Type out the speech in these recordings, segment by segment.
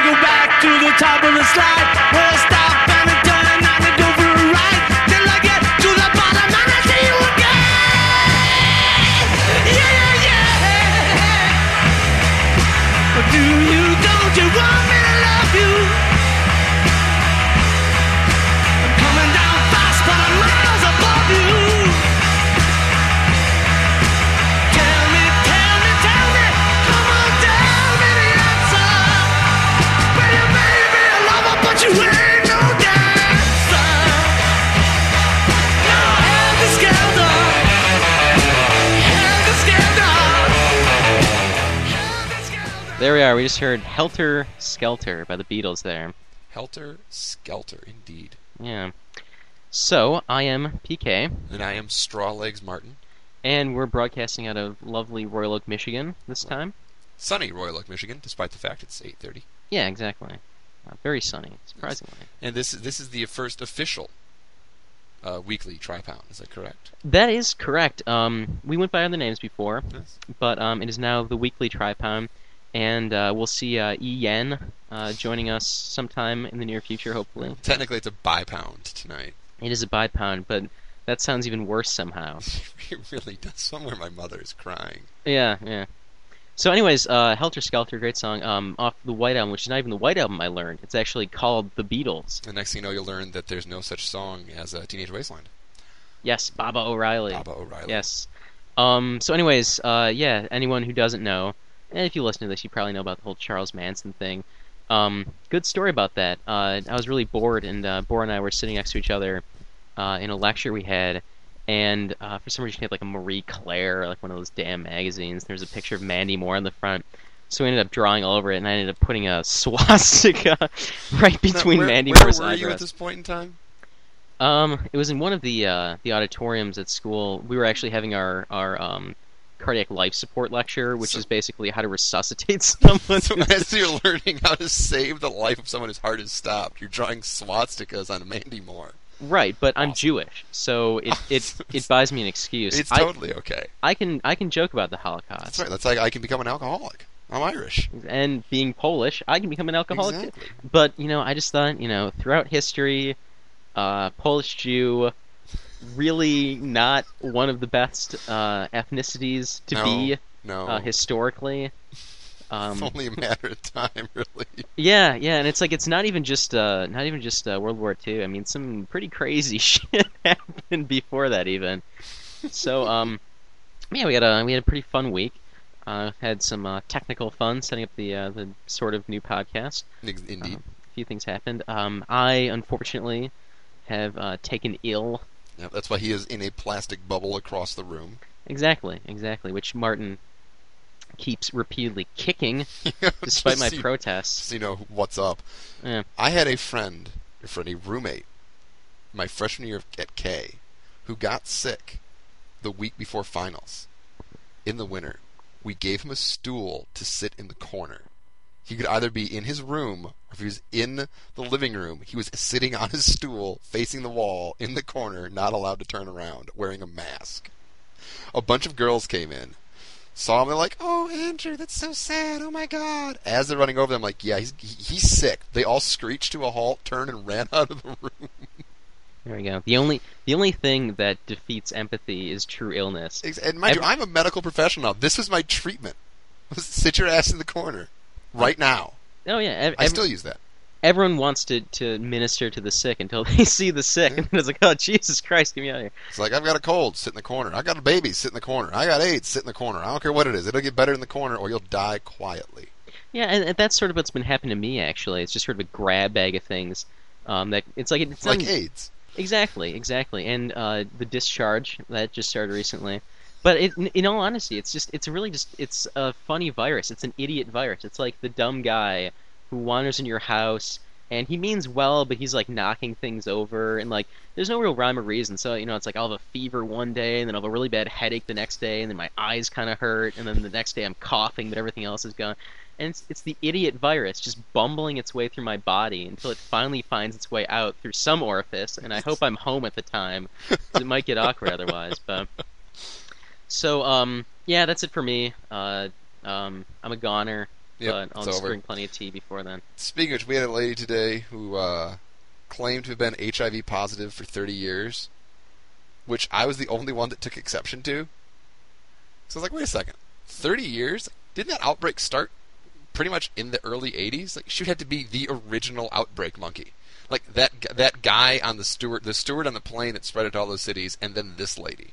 to the top of the slide. Well, stop and I turn and I go for a ride till I get to the bottom and I see you again. Yeah, yeah, yeah. Do you don't you want me to love you? I'm coming down fast, but I'm miles above you. Tell me, tell me, tell me, come on, tell me the answer. Well, you may be a lover, but you ain't no dancer. No, hand is scandal. Hand is scandal. There we are. We just heard Helter Skelter by the Beatles there. Helter Skelter, indeed. Yeah. So, I am PK, And I am Straw Legs Martin. and we're broadcasting out of lovely Royal Oak, Michigan this time. Sunny Royal Oak, Michigan, despite the fact it's 8:30. Yeah, exactly. Uh, very sunny, surprisingly. And this this is the first official uh, weekly tri pound. Is that correct? That is correct. Um, we went by other names before, Yes. but um, it is now the weekly Tripound, and uh, we'll see uh, E Yen uh, joining us sometime in the near future, hopefully. Technically, it's a bi pound tonight. It is a bipound, but that sounds even worse somehow. it really does. Somewhere my mother is crying. Yeah, yeah. So, anyways, uh, Helter Skelter, great song, um, off the White Album, which is not even the White Album I learned. It's actually called The Beatles. The next thing you know, you'll learn that there's no such song as a Teenage Wasteland. Yes, Baba O'Reilly. Baba O'Reilly. Yes. Um, so, anyways, uh, yeah, anyone who doesn't know, and if you listen to this, you probably know about the whole Charles Manson thing. Um, good story about that. Uh, I was really bored, and uh, Bora and I were sitting next to each other uh, in a lecture we had, and uh, for some reason she had like a Marie Claire, like one of those damn magazines. There's a picture of Mandy Moore on the front. So we ended up drawing all over it, and I ended up putting a swastika right Now, between where, Mandy where Moore's were you at eyebrows. this point in time? Um, it was in one of the uh, the auditoriums at school. We were actually having our our um, cardiac life support lecture, which So- is basically how to resuscitate someone. So as you're learning how to save the life of someone whose heart is stopped, you're drawing swastikas on Mandy Moore. right, but I'm Awesome. Jewish, so it it, it buys me an excuse. It's I, totally okay. I can I can joke about the That's Holocaust right. That's like I can become an alcoholic. I'm Irish. and being Polish. I can become an alcoholic. too. Exactly. But you know, I just thought you know throughout history, uh, Polish Jew. Really, not one of the best uh, ethnicities to No. be No. uh, historically. Oh. Um, it's only a matter of time, really. Yeah, yeah, and it's like it's not even just uh not even just uh, World War II. I mean, some pretty crazy shit happened before that even. So um, yeah, we had a we had a pretty fun week. Uh, had some uh, technical fun setting up the uh, the sort of new podcast. Ex- Indeed. Um, a few things happened. Um, I unfortunately have uh, taken ill. Yeah, that's why he is in a plastic bubble across the room. Exactly, exactly. Which Martin keeps repeatedly kicking despite my Just so- protests. So you know what's up. Yeah. I had a friend, a friend, a roommate, my freshman year at K, who got sick the week before finals in the winter. We gave him a stool to sit in the corner. He could either be in his room, or if he was in the living room, he was sitting on his stool, facing the wall, in the corner, not allowed to turn around, wearing a mask. A bunch of girls came in, saw him, they're like, "Oh, Andrew, that's so sad. Oh my God!" As they're running over them, like, "Yeah, he's he- he's sick." They all screeched to a halt, turned, and ran out of the room. There we go. The only the only thing that defeats empathy is true illness. Ex- And mind you, I'm a medical professional. This was my treatment. Was sit your ass in the corner right now. Oh yeah, ev- I ev- still use that. everyone wants to, to minister to the sick until they see the sick, and then it's like, oh Jesus Christ, get me out of here. It's like I've got a cold, sit in the corner. I got a baby, sit in the corner. I got AIDS, sit in the corner. I don't care what it is. It'll get better in the corner, or you'll die quietly. Yeah, and, and that's sort of what's been happening to me actually. It's just sort of a grab bag of things. Um, that it's like it's It's like not- AIDS. exactly, exactly, and uh, the discharge that just started recently. But it, in- in all honesty, it's just it's really just it's a funny virus. It's an idiot virus. It's like the dumb guy who wanders in your house and he means well, but he's like knocking things over and like there's no real rhyme or reason. So you know, it's like I'll have a fever one day and then I'll have a really bad headache the next day and then my eyes kind of hurt and then the next day I'm coughing but everything else is gone. And it's, it's the idiot virus just bumbling its way through my body until it finally finds its way out through some orifice. And I hope I'm home at the time 'cause it might get awkward otherwise. But so um yeah, that's it for me. Uh, um, I'm a goner. Yep, but I'll it's just over. drink plenty of tea before then. Speaking of which, we had a lady today who uh, claimed to have been HIV positive for 30 years, which I was the only one that took exception to. So I was like, wait a second, 30 years? Didn't that outbreak start pretty much in the early 80s? Like, she had to be the original outbreak monkey. Like that gu- that guy on the steward, the steward on the plane that spread it to all those cities, and then this lady.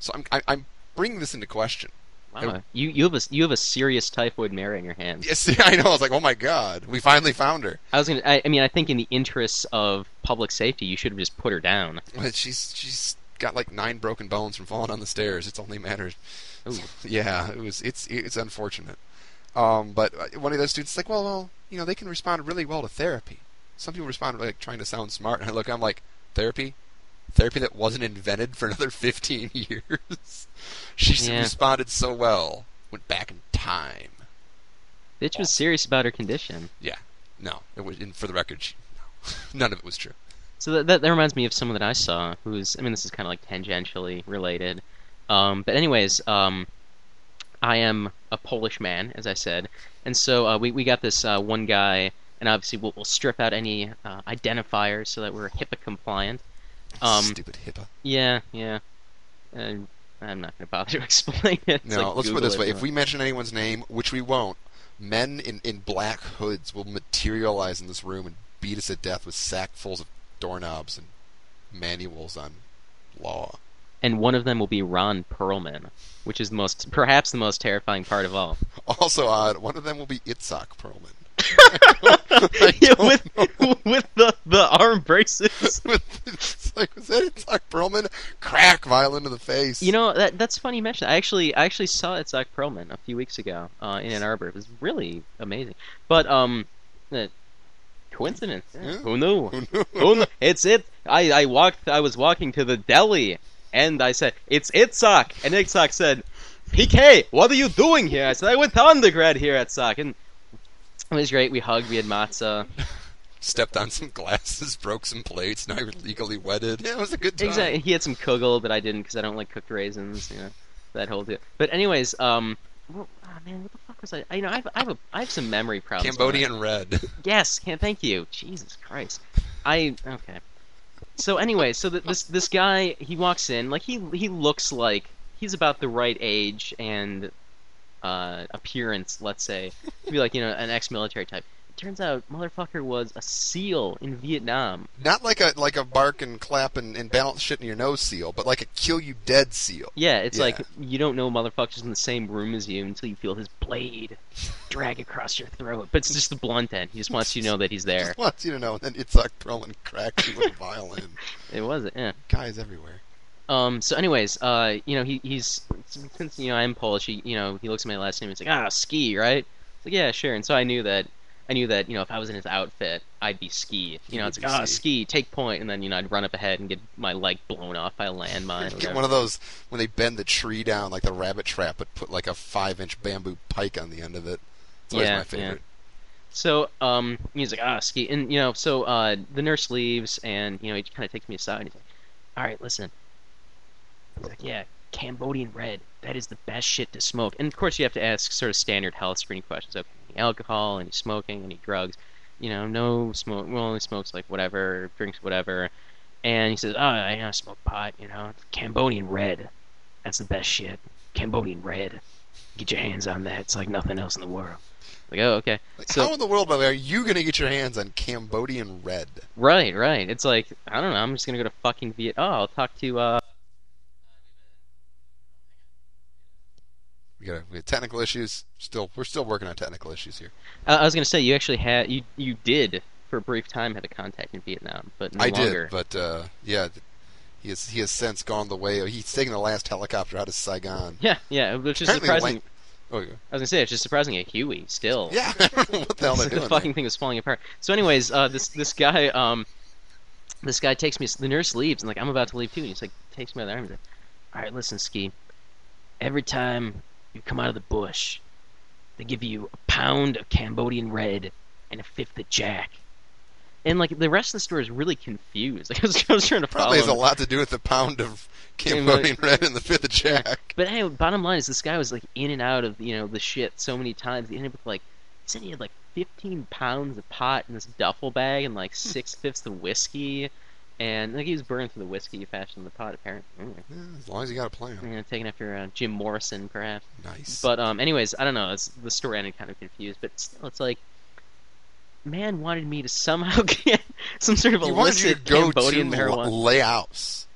So I'm I, I'm bringing this into question. Wow. You you have a you have a serious typhoid mare in your hands. Yes, I know. I was like, oh my god, we finally found her. I was gonna. I, I mean, I think in the interests of public safety, you should have just put her down. Well, she's she's got like nine broken bones from falling on the stairs. It's only a matter. Ooh. Yeah, it was. It's it's unfortunate. Um, but uh, one of those students is like, well, well, you know, they can respond really well to therapy. Some people respond like trying to sound smart, and I look, I'm like, therapy, therapy that wasn't invented for another 15 years. she s- Yeah. responded so well, went back in time. Bitch was serious about her condition. Yeah, no, it was. And for the record, she, no, none of it was true. So that, that that reminds me of someone that I saw who's I mean this is kind of like tangentially related, um, but anyways, um, I am a Polish man as I said, and so uh, we we got this uh, one guy, and obviously we'll, we'll strip out any uh, identifiers so that we're HIPAA compliant. Um, Stupid HIPAA. Yeah, yeah, and I'm not gonna bother to explain it. It's No, like, let's put it Google this way: if but- we mention anyone's name, which we won't, men in, in black hoods will materialize in this room and beat us to death with sackfuls of doorknobs and manuals on law. and one of them will be Ron Perlman, which is the most perhaps the most terrifying part of all. Also odd, one of them will be Itzhak Perlman yeah, with with the, the arm braces. With- it's like, was that Itzhak Perlman? Crack, violin to the face. You know that that's funny you mentioned. that. I actually I actually saw it Zach Perlman a few weeks ago uh, in Ann Arbor. It was really amazing. But um, eh, coincidence. Yeah. Who knew? Who knew? Who kn- It's it. I I walked. I was walking to the deli, and I said, "It's Itzhak." And Itzhak said, "PK, what are you doing here?" I said, "I went to undergrad here at Sock." And it was great. We hugged. We had matzah. Stepped on some glasses, broke some plates, now you're legally wedded. Yeah, it was a good time. Exactly. He had some kugel, but I didn't because I don't like cooked raisins. You know, that whole deal. But anyways, um, well, oh man, what the fuck was I? I- You know, I have, I have a, I have some memory problems. man. Cambodian red. Yes. Can thank you. Jesus Christ. I okay. So anyway, so th this this guy he walks in like he he looks like he's about the right age and uh, appearance, let's say, to be like you know an ex-military type. Turns out, motherfucker was a SEAL in Vietnam. Not like a like a bark and clap and, and balance shit in your nose seal, but like a kill you dead seal. Yeah, it's Yeah. like you don't know motherfuckers in the same room as you until you feel his blade drag across your throat. But it's just the blunt end. He just wants you to know that he's there. Just wants you to know, and then it's like throwing cracks you with a violin. It wasn't. Yeah. Guys everywhere. Um. So, anyways, uh, you know, he he's since you know I'm Polish. He you know he looks at my last name. and He's like, ah, ski, right? It's like, yeah, sure. And so I knew that. I knew that you know if I was in his outfit, I'd be ski. You know, would it's be like ah, Ski. ski, take point, and then you know I'd run up ahead and get my leg blown off by a landmine. or Get whatever. one of those when they bend the tree down like the rabbit trap, but put like a five-inch bamboo pike on the end of it. It's always Yeah, my favorite. So um, he's like, ah, ski, and you know, so uh, the nurse leaves, and you know, he kind of takes me aside, and he's like, all right, listen. He's like, yeah, Cambodian red, that is the best shit to smoke. And of course, you have to ask sort of standard health screening questions: okay, any alcohol, any smoking, any drugs. You know, no smoke. Well, only smokes like whatever, drinks whatever. And he says, oh, I you know, I smoke pot. You know, Cambodian red, that's the best shit. Cambodian red, get your hands on that. It's like nothing else in the world. Like, oh, okay. Like, So- how in the world are you going to get your hands on Cambodian red? Right, right. It's like I don't know. I'm just gonna go to fucking Viet. Oh, I'll talk to uh. We got we got technical issues. Still, we're still working on technical issues here. I I was gonna say you actually had you you did for a brief time have a contact in Vietnam, but no I longer. did, but uh, yeah, th- he has he has since gone the way. He's taken the last helicopter out of Saigon. Yeah, yeah. Which is Apparently the surprising. Oh yeah, I was gonna say it's just surprising a Huey still. yeah. I don't know what the hell It's they're like doing. the fucking thing was falling apart. So, anyways, uh, this this guy um, this guy takes me. The nurse leaves, and like I'm about to leave too. And he's like takes me by the arm. He's like, "All right, listen, Ski. Every time you come out of the bush, they give you a pound of Cambodian red and a fifth of Jack. and like the rest of the store is really confused. Like I was, I was trying to follow. Probably has a him. lot to do with the pound of Came Cambodian red in the fifth of Jack. But anyway, bottom line is this guy was like in and out of you know the shit so many times. He ended up with like he said he had like 15 pounds of pot in this duffel bag and Hmm. like six fifths of whiskey, and like he was burning through the whiskey faster than the pot apparently. Mm. Yeah, as long as you got a plan. You know, taken after uh, Jim Morrison perhaps. Nice. But um, anyways, I don't know. It's, the story ended kind of confused, but still, it's like. Man wanted me to somehow get some sort of he wanted you illicit to go Cambodian to marijuana. Laos.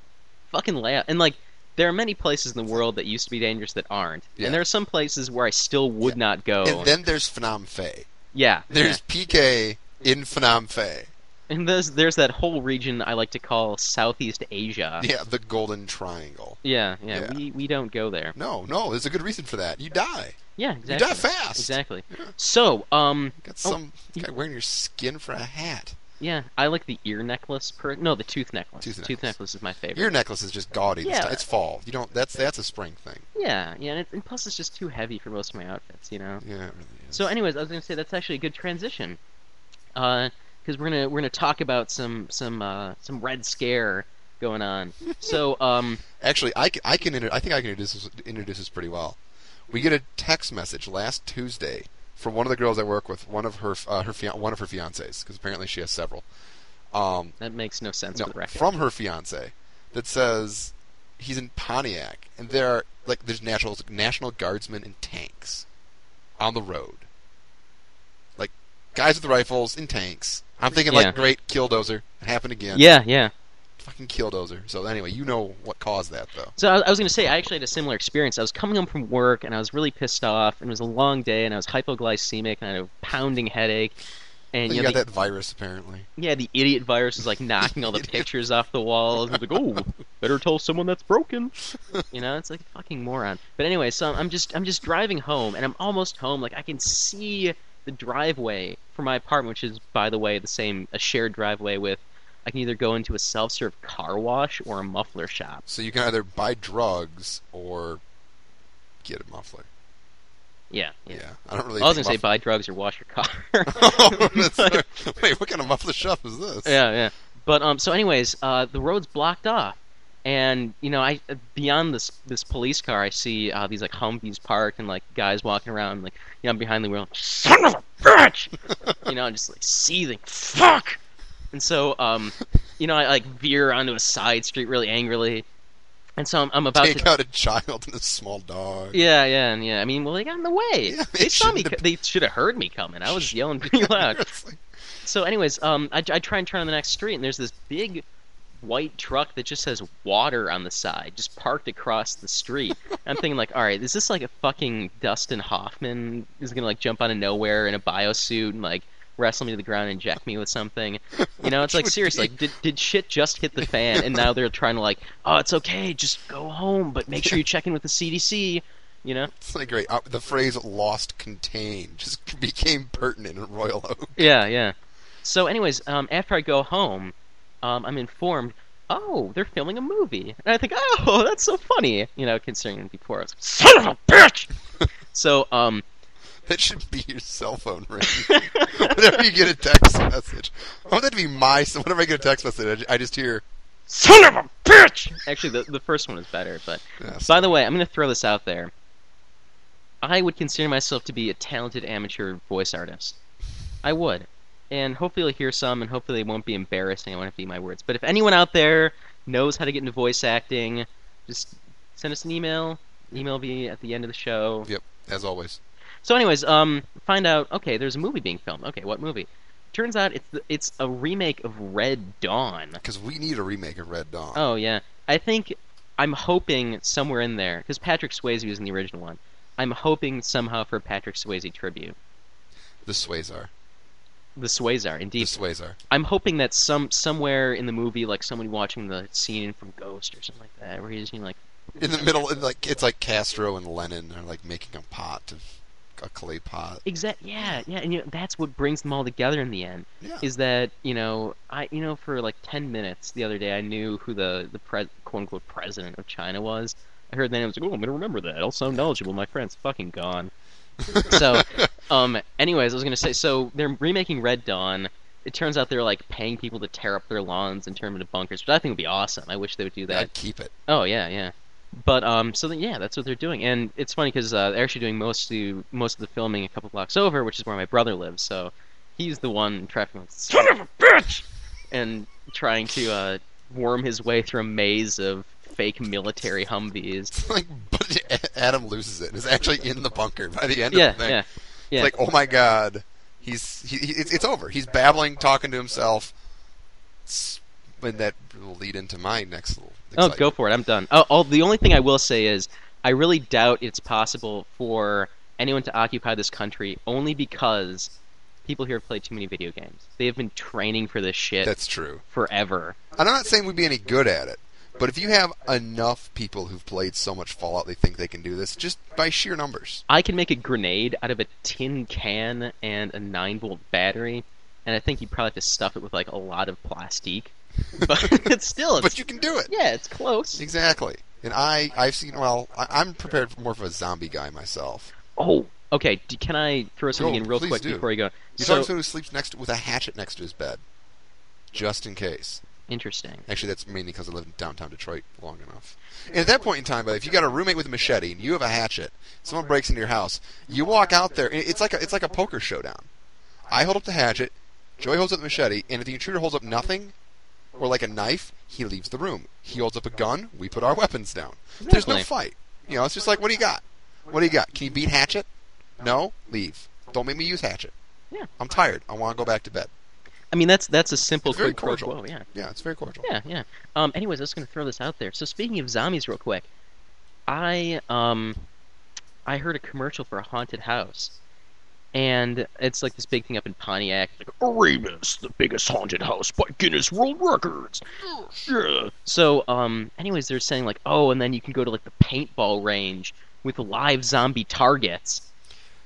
fucking layout. And like, there are many places in the world that used to be dangerous that aren't, Yeah. and there are some places where I still would not go. And then there's Phnom Phe. Oh, yeah, There's PK in Phnom Phe. yeah. and there's there's that whole region I like to call Southeast Asia. Yeah, the Golden Triangle. Yeah, yeah, Yeah. We we don't go there. No, no, there's a good reason for that. You die. Yeah, You exactly. die fast. Exactly. Yeah. So, um, Got Oh. some guy wearing your skin for a hat. yeah, I like the ear necklace. Per no, the tooth necklace. Tooth necklace. is my favorite. Your necklace is just gaudy. this Yeah. time. It's fall. You don't. That's that's a spring thing. Yeah, yeah, and, it, and plus it's just too heavy for most of my outfits, you know. Yeah, it really is. So, anyways, I was gonna say that's actually a good transition, because we're gonna we're gonna talk about some some uh, some red scare going on. so, um, Actually, I can, I can inter- I think I can introduce this, introduce this pretty well. We get a text message last Tuesday from one of the girls I work with, one of her uh, her fian- one of her fiancées, because apparently she has several. Um, that makes no sense no, for the record. from her fiance that says he's in Pontiac and there are like there's national national guardsmen and tanks on the road. Like guys with rifles in tanks. I'm thinking Yeah. like great killdozer. It happened again. yeah, yeah. Fucking killdozer. So anyway, you know what caused that though. So I, I was gonna say I actually had a similar experience. I was coming home from work and I was really pissed off, and it was a long day, and I was hypoglycemic and I had a pounding headache, and you you know, got the- that virus apparently. Yeah, the idiot virus is like knocking all the pictures off the walls. It's like, oh, better tell someone that's broken. You know, it's like a fucking moron. But anyway, so I'm just I'm just driving home, and I'm almost home. Like I can see the driveway for my apartment, which is by the way the same a shared driveway with. I can either go into a self-serve car wash or a muffler shop. So you can either buy drugs or get a muffler. Yeah, Yeah. yeah. I don't really I was gonna think say buy drugs or wash your car. muffler- That's- Wait, what kind of muffler shop is this? Yeah, yeah. But um, so anyways, uh, the road's blocked off, and you know, I beyond this this police car, I see uh, these like Humvees parked and like guys walking around, like you know, I'm behind the wheel, son of a bitch, you know, I'm just like seething, fuck. And so um, you know, I like veer onto a side street really angrily, and so I'm, I'm about take to. out a child and a small dog. Yeah, yeah, and yeah. I mean, well, they got in the way. Yeah, they they saw me. shouldn't co- have- They should have heard me coming. I was yelling pretty loud. It's like- So, anyways, um, I, I try and turn on the next street, and there's this big white truck that just says water on the side, just parked across the street. I'm thinking like, all right, is this like a fucking Dustin Hoffman is gonna like jump out of nowhere in a biosuit and like wrestle me to the ground and inject me with something? You know, it's like Which would seriously, be- like, did did shit just hit the fan, and now they're trying to like, oh, it's okay, just go home, but make sure you check in with the CDC. You know? it's like great. Uh, the phrase "lost contain" just became pertinent in Royal Oak. Yeah, yeah. So, anyways, um, after I go home, um, I'm informed, oh, they're filming a movie, and I think, oh, that's so funny, you know, considering before I was, son of a bitch. so, um, That should be your cell phone ring. whenever you get a text message, I want that to be my. So whenever I get a text message, I ju- I just hear. son of a bitch. Actually, the the first one is better, but Yeah, by the way, I'm gonna throw this out there. I would consider myself to be a talented amateur voice artist. I would. And hopefully you'll hear some, and hopefully they won't be embarrassing. I won't be my words. But if anyone out there knows how to get into voice acting, just send us an email. Email me at the end of the show. yep, as always. So, anyways, um, find out. Okay, there's a movie being filmed. Okay, what movie? Turns out it's the, it's a remake of Red Dawn. Because we need a remake of Red Dawn. Oh yeah, I think I'm hoping somewhere in there because Patrick Swayze was in the original one. I'm hoping somehow for a Patrick Swayze tribute. The Swayzar. The Swayze are The indeed. Swayzar. I'm hoping that some somewhere in the movie, like somebody watching the scene from Ghost or something like that, where he's you know, like, In the middle, in like it's like Castro and Lenin are like making a pot of a clay pot. exact, yeah, yeah, and you know, that's what brings them all together in the end. Yeah. Is that you know I you know for like ten minutes the other day I knew who the the pre- quote unquote president of China was. I heard the name. I was like, oh, I'm gonna remember that. I'll sound knowledgeable. My friend's fucking gone. so, um, anyways, I was gonna say so they're remaking Red Dawn, It turns out they're like paying people to tear up their lawns and turn them into bunkers, which I think would be awesome. I wish they would do that. I'd keep it. Oh yeah, yeah. But um, so then, yeah, that's what they're doing, and it's funny because uh, they're actually doing mostly most of the filming a couple blocks over, which is where my brother lives. So he's the one trapped like son of a bitch, and trying to uh, worm his way through a maze of fake military Humvees. like, but A- Adam loses it. It's actually in the bunker by the end Yeah, of the thing. yeah, yeah. It's like, oh my god, he's he, he, it's it's over. He's babbling, talking to himself. It's- And that will lead into my next little. Oh, excitement. go for it. I'm done. Oh, oh, the only thing I will say is I really doubt it's possible for anyone to occupy this country only because people here have played too many video games. They have been training for this shit That's true. forever. And I'm not saying we'd be any good at it, but if you have enough people who've played so much Fallout, they think they can do this just by sheer numbers. I can make a grenade out of a tin can and a 9 volt battery, and I think you probably have to stuff it with like a lot of plastique. But it's still, it's, But you can do it. yeah, it's close. Exactly. And I, I've seen. Well, I, I'm prepared for more of a zombie guy myself. Oh, okay. d- Can I throw something Go, in real please quick do. before you go? so You talking to someone who sleeps next to, with a hatchet next to his bed, just in case. interesting. Actually, that's mainly because I lived in downtown Detroit long enough. And at that point in time, but if you got a roommate with a machete and you have a hatchet, someone breaks into your house, you walk out there. and It's like a, it's like a poker showdown. I hold up the hatchet, Joy holds up the machete, and if the intruder holds up nothing, or like a knife, he leaves the room. He holds up a gun, we put our weapons down. There's no Exactly. fight. You know, it's just like, what do you got? What do you got? Can you beat hatchet? No, leave. Don't make me use hatchet. Yeah. I'm tired. I want to go back to bed. I mean, that's that's a simple It's very quick pro cordial. quo, Yeah. Yeah, it's very cordial. Yeah, yeah. Um, anyways, I was gonna throw this out there. So speaking of zombies, real quick, I um, I heard a commercial for a haunted house, and it's like this big thing up in Pontiac, like Erebus, the biggest haunted house by Guinness World Records. Yeah. So um, anyways, they're saying like, oh, and then you can go to like the paintball range with live zombie targets,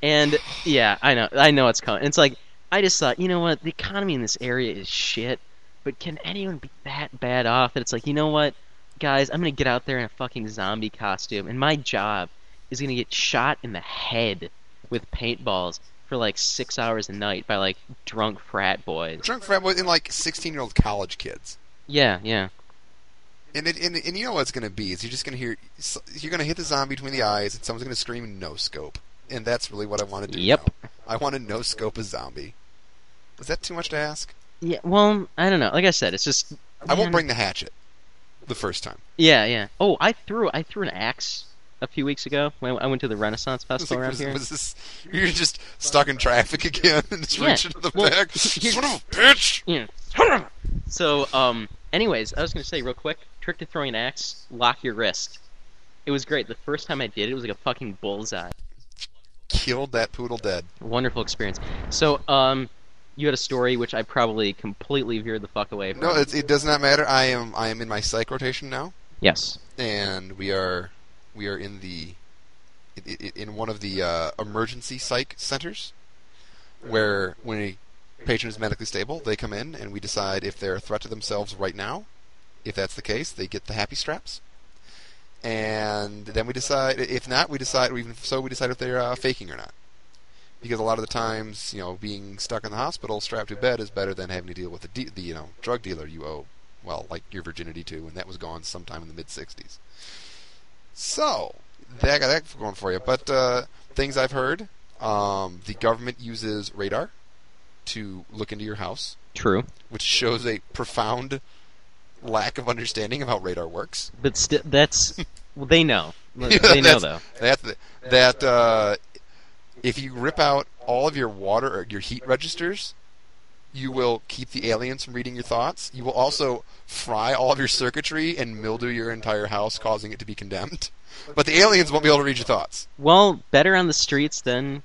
and yeah, I know, I know it's coming. It's like I just thought, you know what, the economy in this area is shit. But can anyone be that bad off that it's like, you know what, guys, I'm gonna get out there in a fucking zombie costume, and my job is gonna get shot in the head with paintballs for like six hours a night by like drunk frat boys. drunk frat boys and like 16 year old college kids. Yeah, yeah, And, it, and and you know what it's gonna be is you're just gonna hear so- you're gonna hit the zombie between the eyes and someone's gonna scream no scope and that's really what I want to do. Yep. now. I want to no scope a zombie. Is that too much to ask? yeah. Well, I don't know. Like I said, it's just I won't Man. bring the hatchet the first time. Yeah, yeah. Oh, I threw I threw an axe a few weeks ago when I went to the Renaissance I was Festival like, around was- here. was this- you're just stuck in traffic again and just Yeah. reaching to the Well, back. here- Son of a bitch! Yeah. So, um, anyways, I was gonna say real quick, trick to throwing an axe, lock your wrist. It was great. The first time I did it, it was like a fucking bullseye. Killed that poodle dead. Wonderful experience. So, um, you had a story which I probably completely veered the fuck away from. No, it, it does not matter. I am I am in my psych rotation now. Yes. and we are we are in the i- i- in one of the uh, emergency psych centers where when a patient is medically stable they come in and we decide if they're a threat to themselves right now if that's the case they get the happy straps and then we decide if not we decide or even so we decide if they're uh, faking or not because a lot of the times you know being stuck in the hospital strapped to a bed is better than having to deal with the, de- the you know drug dealer you owe well, like your virginity to, and that was gone sometime in the mid '60s. So that got that going for you. But uh, things I've heard: um, the government uses radar to look into your house, True. which shows a profound lack of understanding of how radar works. But still, that's well, they know. Yeah, They know that's- though. That that uh, if you rip out all of your water or your heat registers, you will keep the aliens from reading your thoughts. You will also fry all of your circuitry and mildew your entire house, causing it to be condemned. But the aliens won't be able to read your thoughts. Well, better on the streets than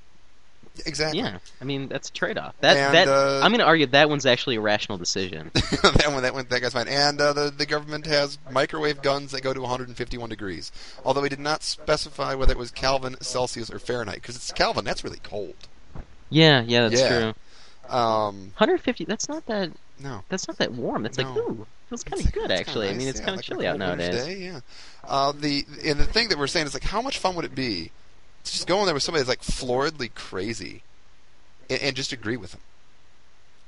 Exactly. yeah. I mean, that's a trade-off. That And, that uh, I'm gonna argue that one's actually a rational decision. that one, that one, that guy's fine. And uh, the the government has microwave guns that go to 151 degrees. Although he did not specify whether it was Kelvin, Celsius, or Fahrenheit, because it's Kelvin. That's really cold. yeah, yeah, that's Yeah. true. Um, 150. That's not that. no. That's not that warm. That's like No. ooh, feels kind It's of like- good it's kinda actually. I nice, mean, it's yeah, kind of like a chilly out cold winter's nowadays. Day, yeah. Uh, the and the thing that we're saying is like, how much fun would it be to just go in there with somebody that's like floridly crazy, and, and just agree with them?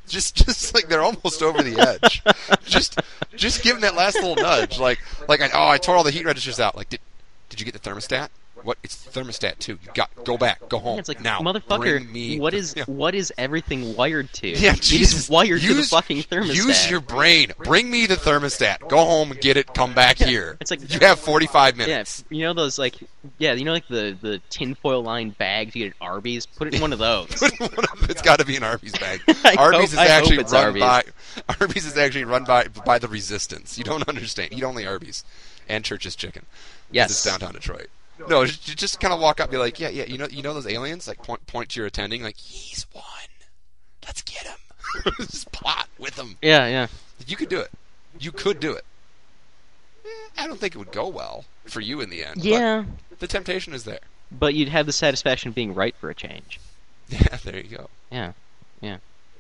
just just like they're almost over the edge. just just give them that last little nudge, like like I, oh I tore all the heat registers out. Like did did you get the thermostat? What it's the thermostat too. You got go back, go home it's like now. motherfucker. bring me what the- is yeah. what is everything wired to? Yeah, It Jesus. is wired to the Use- fucking thermostat. Use your brain. Bring me the thermostat. Go home and get it. Come back here. It's like- you have 45 yeah, minutes. you know those like yeah, you know like the the tinfoil lined bags you get at Arby's. Put it in one of those. it's got to be an Arby's bag. I hope- Arby's is I hope actually it's run Arby's. by Arby's is actually run by by the resistance. You don't understand. Eat only Arby's and Church's Chicken. 'Cause Yes. it's downtown Detroit. No, just, just kind of walk up, and be like, yeah, yeah. You know, you know those aliens. Like point point to your attending, like he's one. Let's get him. just plot with him. yeah, yeah. You could do it. You could do it. Eh, I don't think it would go well for you in the end. but Yeah, the temptation is there. but you'd have the satisfaction of being right for a change. Yeah, there you go. Yeah.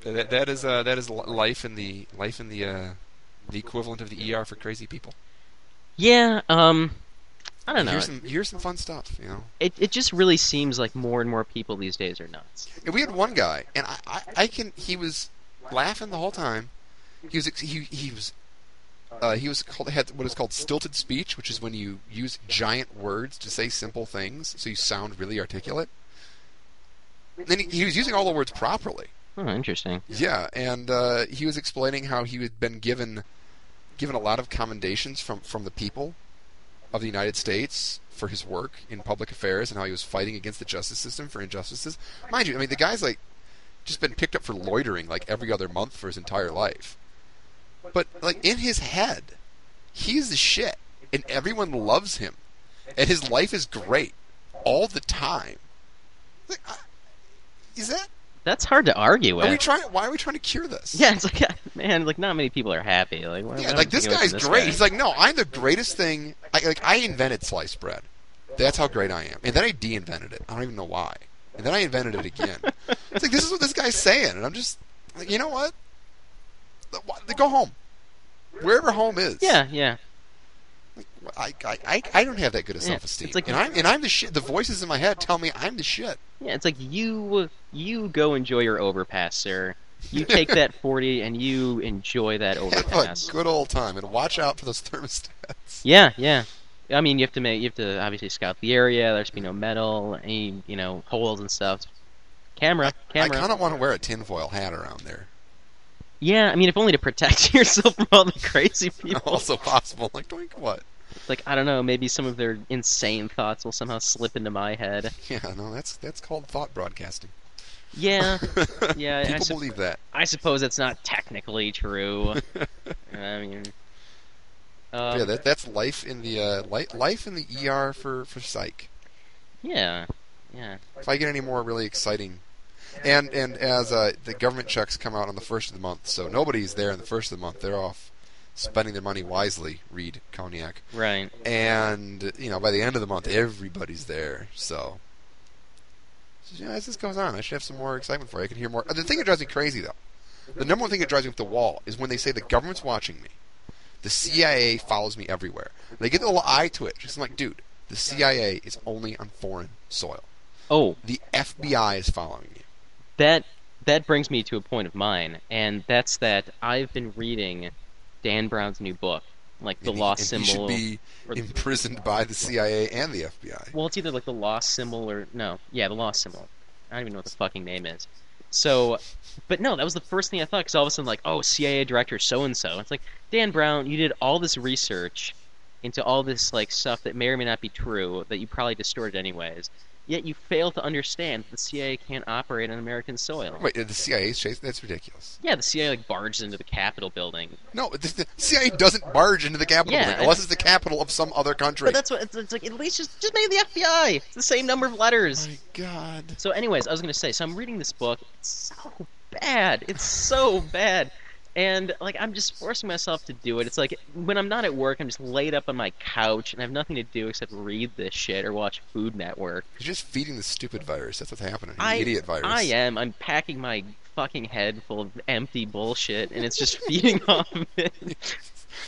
That, that is uh, that is li- life in the life in the uh, the equivalent of the ER for crazy people. Yeah, um I don't know. Here's some here's some fun stuff. You know, it it just really seems like more and more people these days are nuts. and we had one guy, and I, I, I can he was laughing the whole time. He was ex- he he was. Uh, he was called had what is called stilted speech, which is when you use giant words to say simple things, so you sound really articulate. Then he, he was using all the words properly. Oh, interesting. Yeah, and uh, he was explaining how he had been given given a lot of commendations from from the people of the United States for his work in public affairs and how he was fighting against the justice system for injustices. Mind you, I mean the guy's like just been picked up for loitering like every other month for his entire life. But like in his head, he's the shit and everyone loves him and his life is great all the time. Like, I- is that That's hard to argue with. are we trying why are we trying to cure this? yeah, it's like man, like not many people are happy. Like, why, Yeah, why like don't this you go guy's with great. guy? He's like, no, I'm the greatest thing. I, like I invented sliced bread. That's how great I am. And then I de-invented it. I don't even know why. And then I invented it again. it's like this is what this guy's saying, and I'm just, like, you know what? The- why- the- Go home, wherever home is. yeah, yeah. I, I, I, I don't have that good of Yeah, self-esteem, it's like- and I'm and I'm the shit. The voices in my head tell me I'm the shit. Yeah, it's like you you go enjoy your overpass, sir. You take that 40 and you enjoy that Have a overpass. good old time, and watch out for those thermostats. Yeah, yeah. I mean, you have to make you have to obviously scout the area. There's be no metal, any you know holes and stuff. Camera, camera. I kind of want to wear a tinfoil hat around there. Yeah, I mean, if only to protect yourself from all the crazy Oh. people. Also possible. Like, doink what? Like I don't know, maybe some of their insane thoughts will somehow slip into my head. Yeah, no, that's that's called thought broadcasting. Yeah, yeah. I, People sup- believe that. I suppose that's not technically true. I mean, um, yeah, that that's life in the uh, li- life in the ER for for psych. yeah, yeah. If I get any more really exciting, and and as uh, the government checks come out on the first of the month, so nobody's there on the first of the month. They're off spending their money wisely. Read cognac, Right. and you know by the end of the month everybody's there. So. You know, as this goes on, I should have some more excitement for you. I can hear more. The thing that drives me crazy, though, the number one thing that drives me up the wall is when they say the government's watching me. The CIA follows me everywhere. And they get the little eye twitch. It's like, dude, the CIA is only on foreign soil. Oh, The FBI is following you. that that brings me to a point of mine, and that's that I've been reading Dan Brown's new book, like the And he- Lost and he Symbol. should be imprisoned by the CIA and the FBI. Well, it's either like the lost symbol or no, yeah, the lost symbol. I don't even know what the fucking name is. So, but no, that was the first thing I thought because all of a sudden, like, oh, CIA director so and so. It's like Dan Brown, you did all this research into all this like stuff that may or may not be true that you probably distorted anyways. Yet you fail to understand that the CIA can't operate on American soil. Wait, the CIA is chasing? That's ridiculous. Yeah, the CIA like barges into the Capitol building. No, the, the CIA doesn't barge into the capital Yeah, building I- unless it's the capital of some other country. But that's what it's, it's like. At least just just name the FBI. It's the same number of letters. My God. So, anyways, I was gonna say, so I'm reading this book. It's so bad. It's so bad. And like, I'm just forcing myself to do it. It's like when I'm not at work, I'm just laid up on my couch and I have nothing to do except read this shit or watch Food Network. You're just feeding the stupid virus. That's what's happening. The I, idiot virus. I am. I'm packing my fucking head full of empty bullshit, and it's just feeding off of it.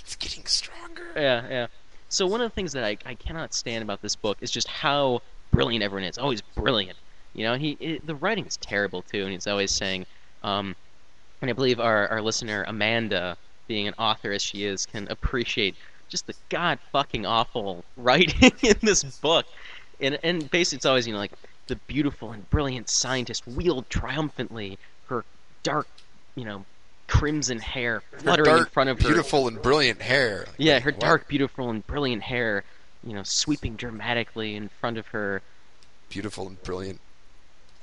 It's getting stronger. Yeah, yeah. So one of the things that I, I cannot stand about this book is just how brilliant everyone is. Oh, he's brilliant. You know, and he it, the writing is terrible too, and he's always saying, um, and I believe our, our listener Amanda, being an author as she is, can appreciate just the god fucking awful writing in this book. And and basically, it's always you know like the beautiful and brilliant scientist wheeled triumphantly her dark, you know, crimson hair Her fluttering in dark, front of her. beautiful and brilliant hair. Yeah, her What? dark, beautiful, and brilliant hair, you know, sweeping dramatically in front of her beautiful and brilliant.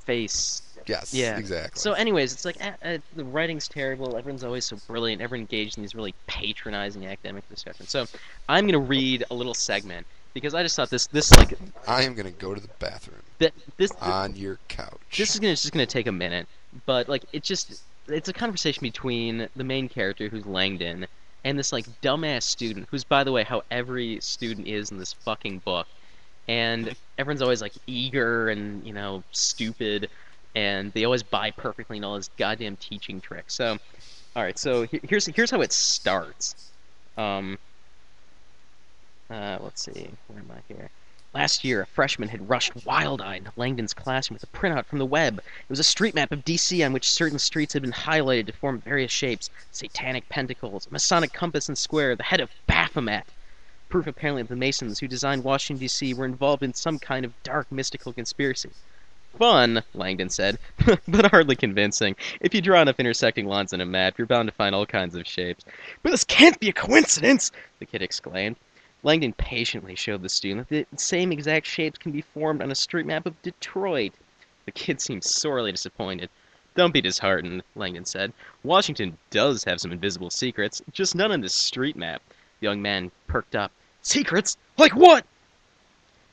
face. Yes, Yeah. exactly. So, anyways, it's like eh, eh, the writing's terrible. Everyone's always so brilliant. Everyone engaged in these really patronizing academic discussions. So, I'm gonna read a little segment because I just thought this, this like, I am gonna go to the bathroom that this, on your couch. this is gonna it's just gonna take a minute, but like it just it's a conversation between the main character who's Langdon and this like dumbass student who's by the way how every student is in this fucking book, and everyone's always like eager and you know stupid, and they always buy perfectly and all this goddamn teaching tricks. So, all right, so he- here's here's how it starts. Um, uh, let's see, where am I here? Last year, a freshman had rushed wild eyed into Langdon's classroom with a printout from the web. It was a street map of DC on which certain streets had been highlighted to form various shapes satanic pentacles, a Masonic compass and square, the head of Baphomet. Proof apparently that the Masons who designed Washington, D.C., were involved in some kind of dark mystical conspiracy. Fun, Langdon said, but hardly convincing. If you draw enough intersecting lines on a map, you're bound to find all kinds of shapes. But this can't be a coincidence, the kid exclaimed. Langdon patiently showed the student that the same exact shapes can be formed on a street map of Detroit. The kid seemed sorely disappointed. Don't be disheartened, Langdon said. Washington does have some invisible secrets, just none on this street map. The young man perked up. Secrets? Like what?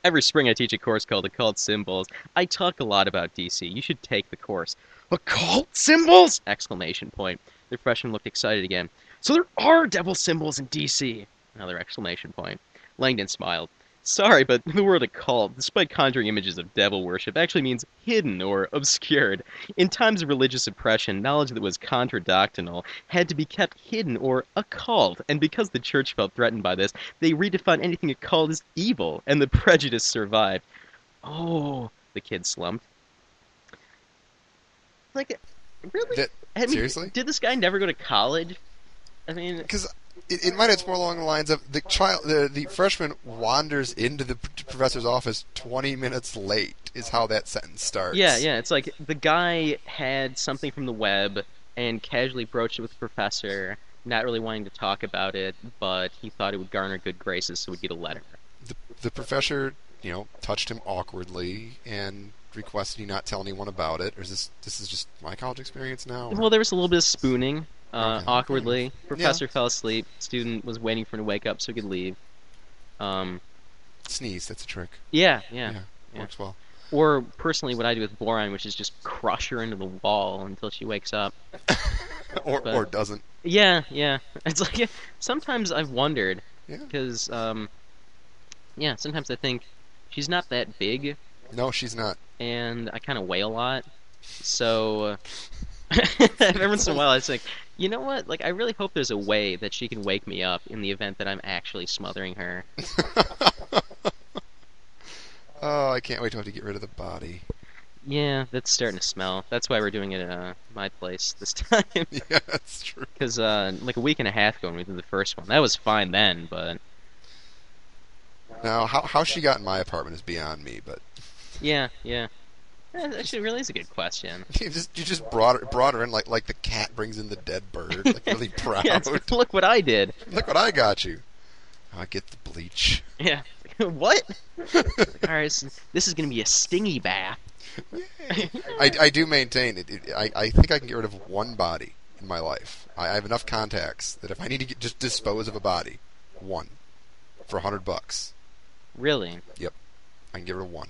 Every spring I teach a course called Occult Symbols. I talk a lot about DC. You should take the course. Occult symbols! Exclamation point. The freshman looked excited again. So there are devil symbols in DC! Another exclamation point. Langdon smiled. Sorry, but the word occult, despite conjuring images of devil worship, actually means hidden or obscured. In times of religious oppression, knowledge that was contradoctrinal had to be kept hidden or occult, and because the church felt threatened by this, they redefined anything occult as evil, and the prejudice survived. Oh, the kid slumped. Like, really? That- I mean, seriously? Did this guy never go to college? I mean, because in, in mine it's more along the lines of the child the, the freshman wanders into the p- professor's office 20 minutes late is how that sentence starts Yeah, yeah. It's like the guy had something from the web and casually broached it with the professor, not really wanting to talk about it, but he thought it would garner good graces, so would get a letter. the, the professor you know touched him awkwardly and requested he not tell anyone about it or is this this is just my college experience now Well, there was a little bit of spooning, uh, Okay. awkwardly. Professor fell asleep. Student was waiting for him to wake up so he could leave. Um, sneeze that's a trick yeah, yeah, Yeah. Yeah. works well Or personally, what I do with Boron, which is just crush her into the wall until she wakes up. or But- or doesn't Yeah, yeah. It's like sometimes I've wondered Yeah. because, um, yeah, sometimes I think she's not that big, no she's not and I kind of weigh a lot, so uh, every once in a while I think, you know what? Like, I really hope there's a way that she can wake me up in the event that I'm actually smothering her. oh i can't wait to have to get rid of the body Yeah, that's starting to smell. That's why we're doing it at uh, my place this time. yeah that's true Because uh, like a week and a half ago when we did the first one, that was fine then, but now how, how she got in my apartment is beyond me but yeah, yeah. That actually really is a good question. You just you just brought her, brought her in like like the cat brings in the dead bird, like really proud. Yeah, it's- look what I did. Look what I got you. I get the bleach. Yeah. what? Like, all right, so this is going to be a stingy bath. I, I do maintain it, it. I I think I can get rid of one body in my life. I, I have enough contacts that if I need to get, just dispose of a body, one, for a hundred bucks, Really? I can get rid of one.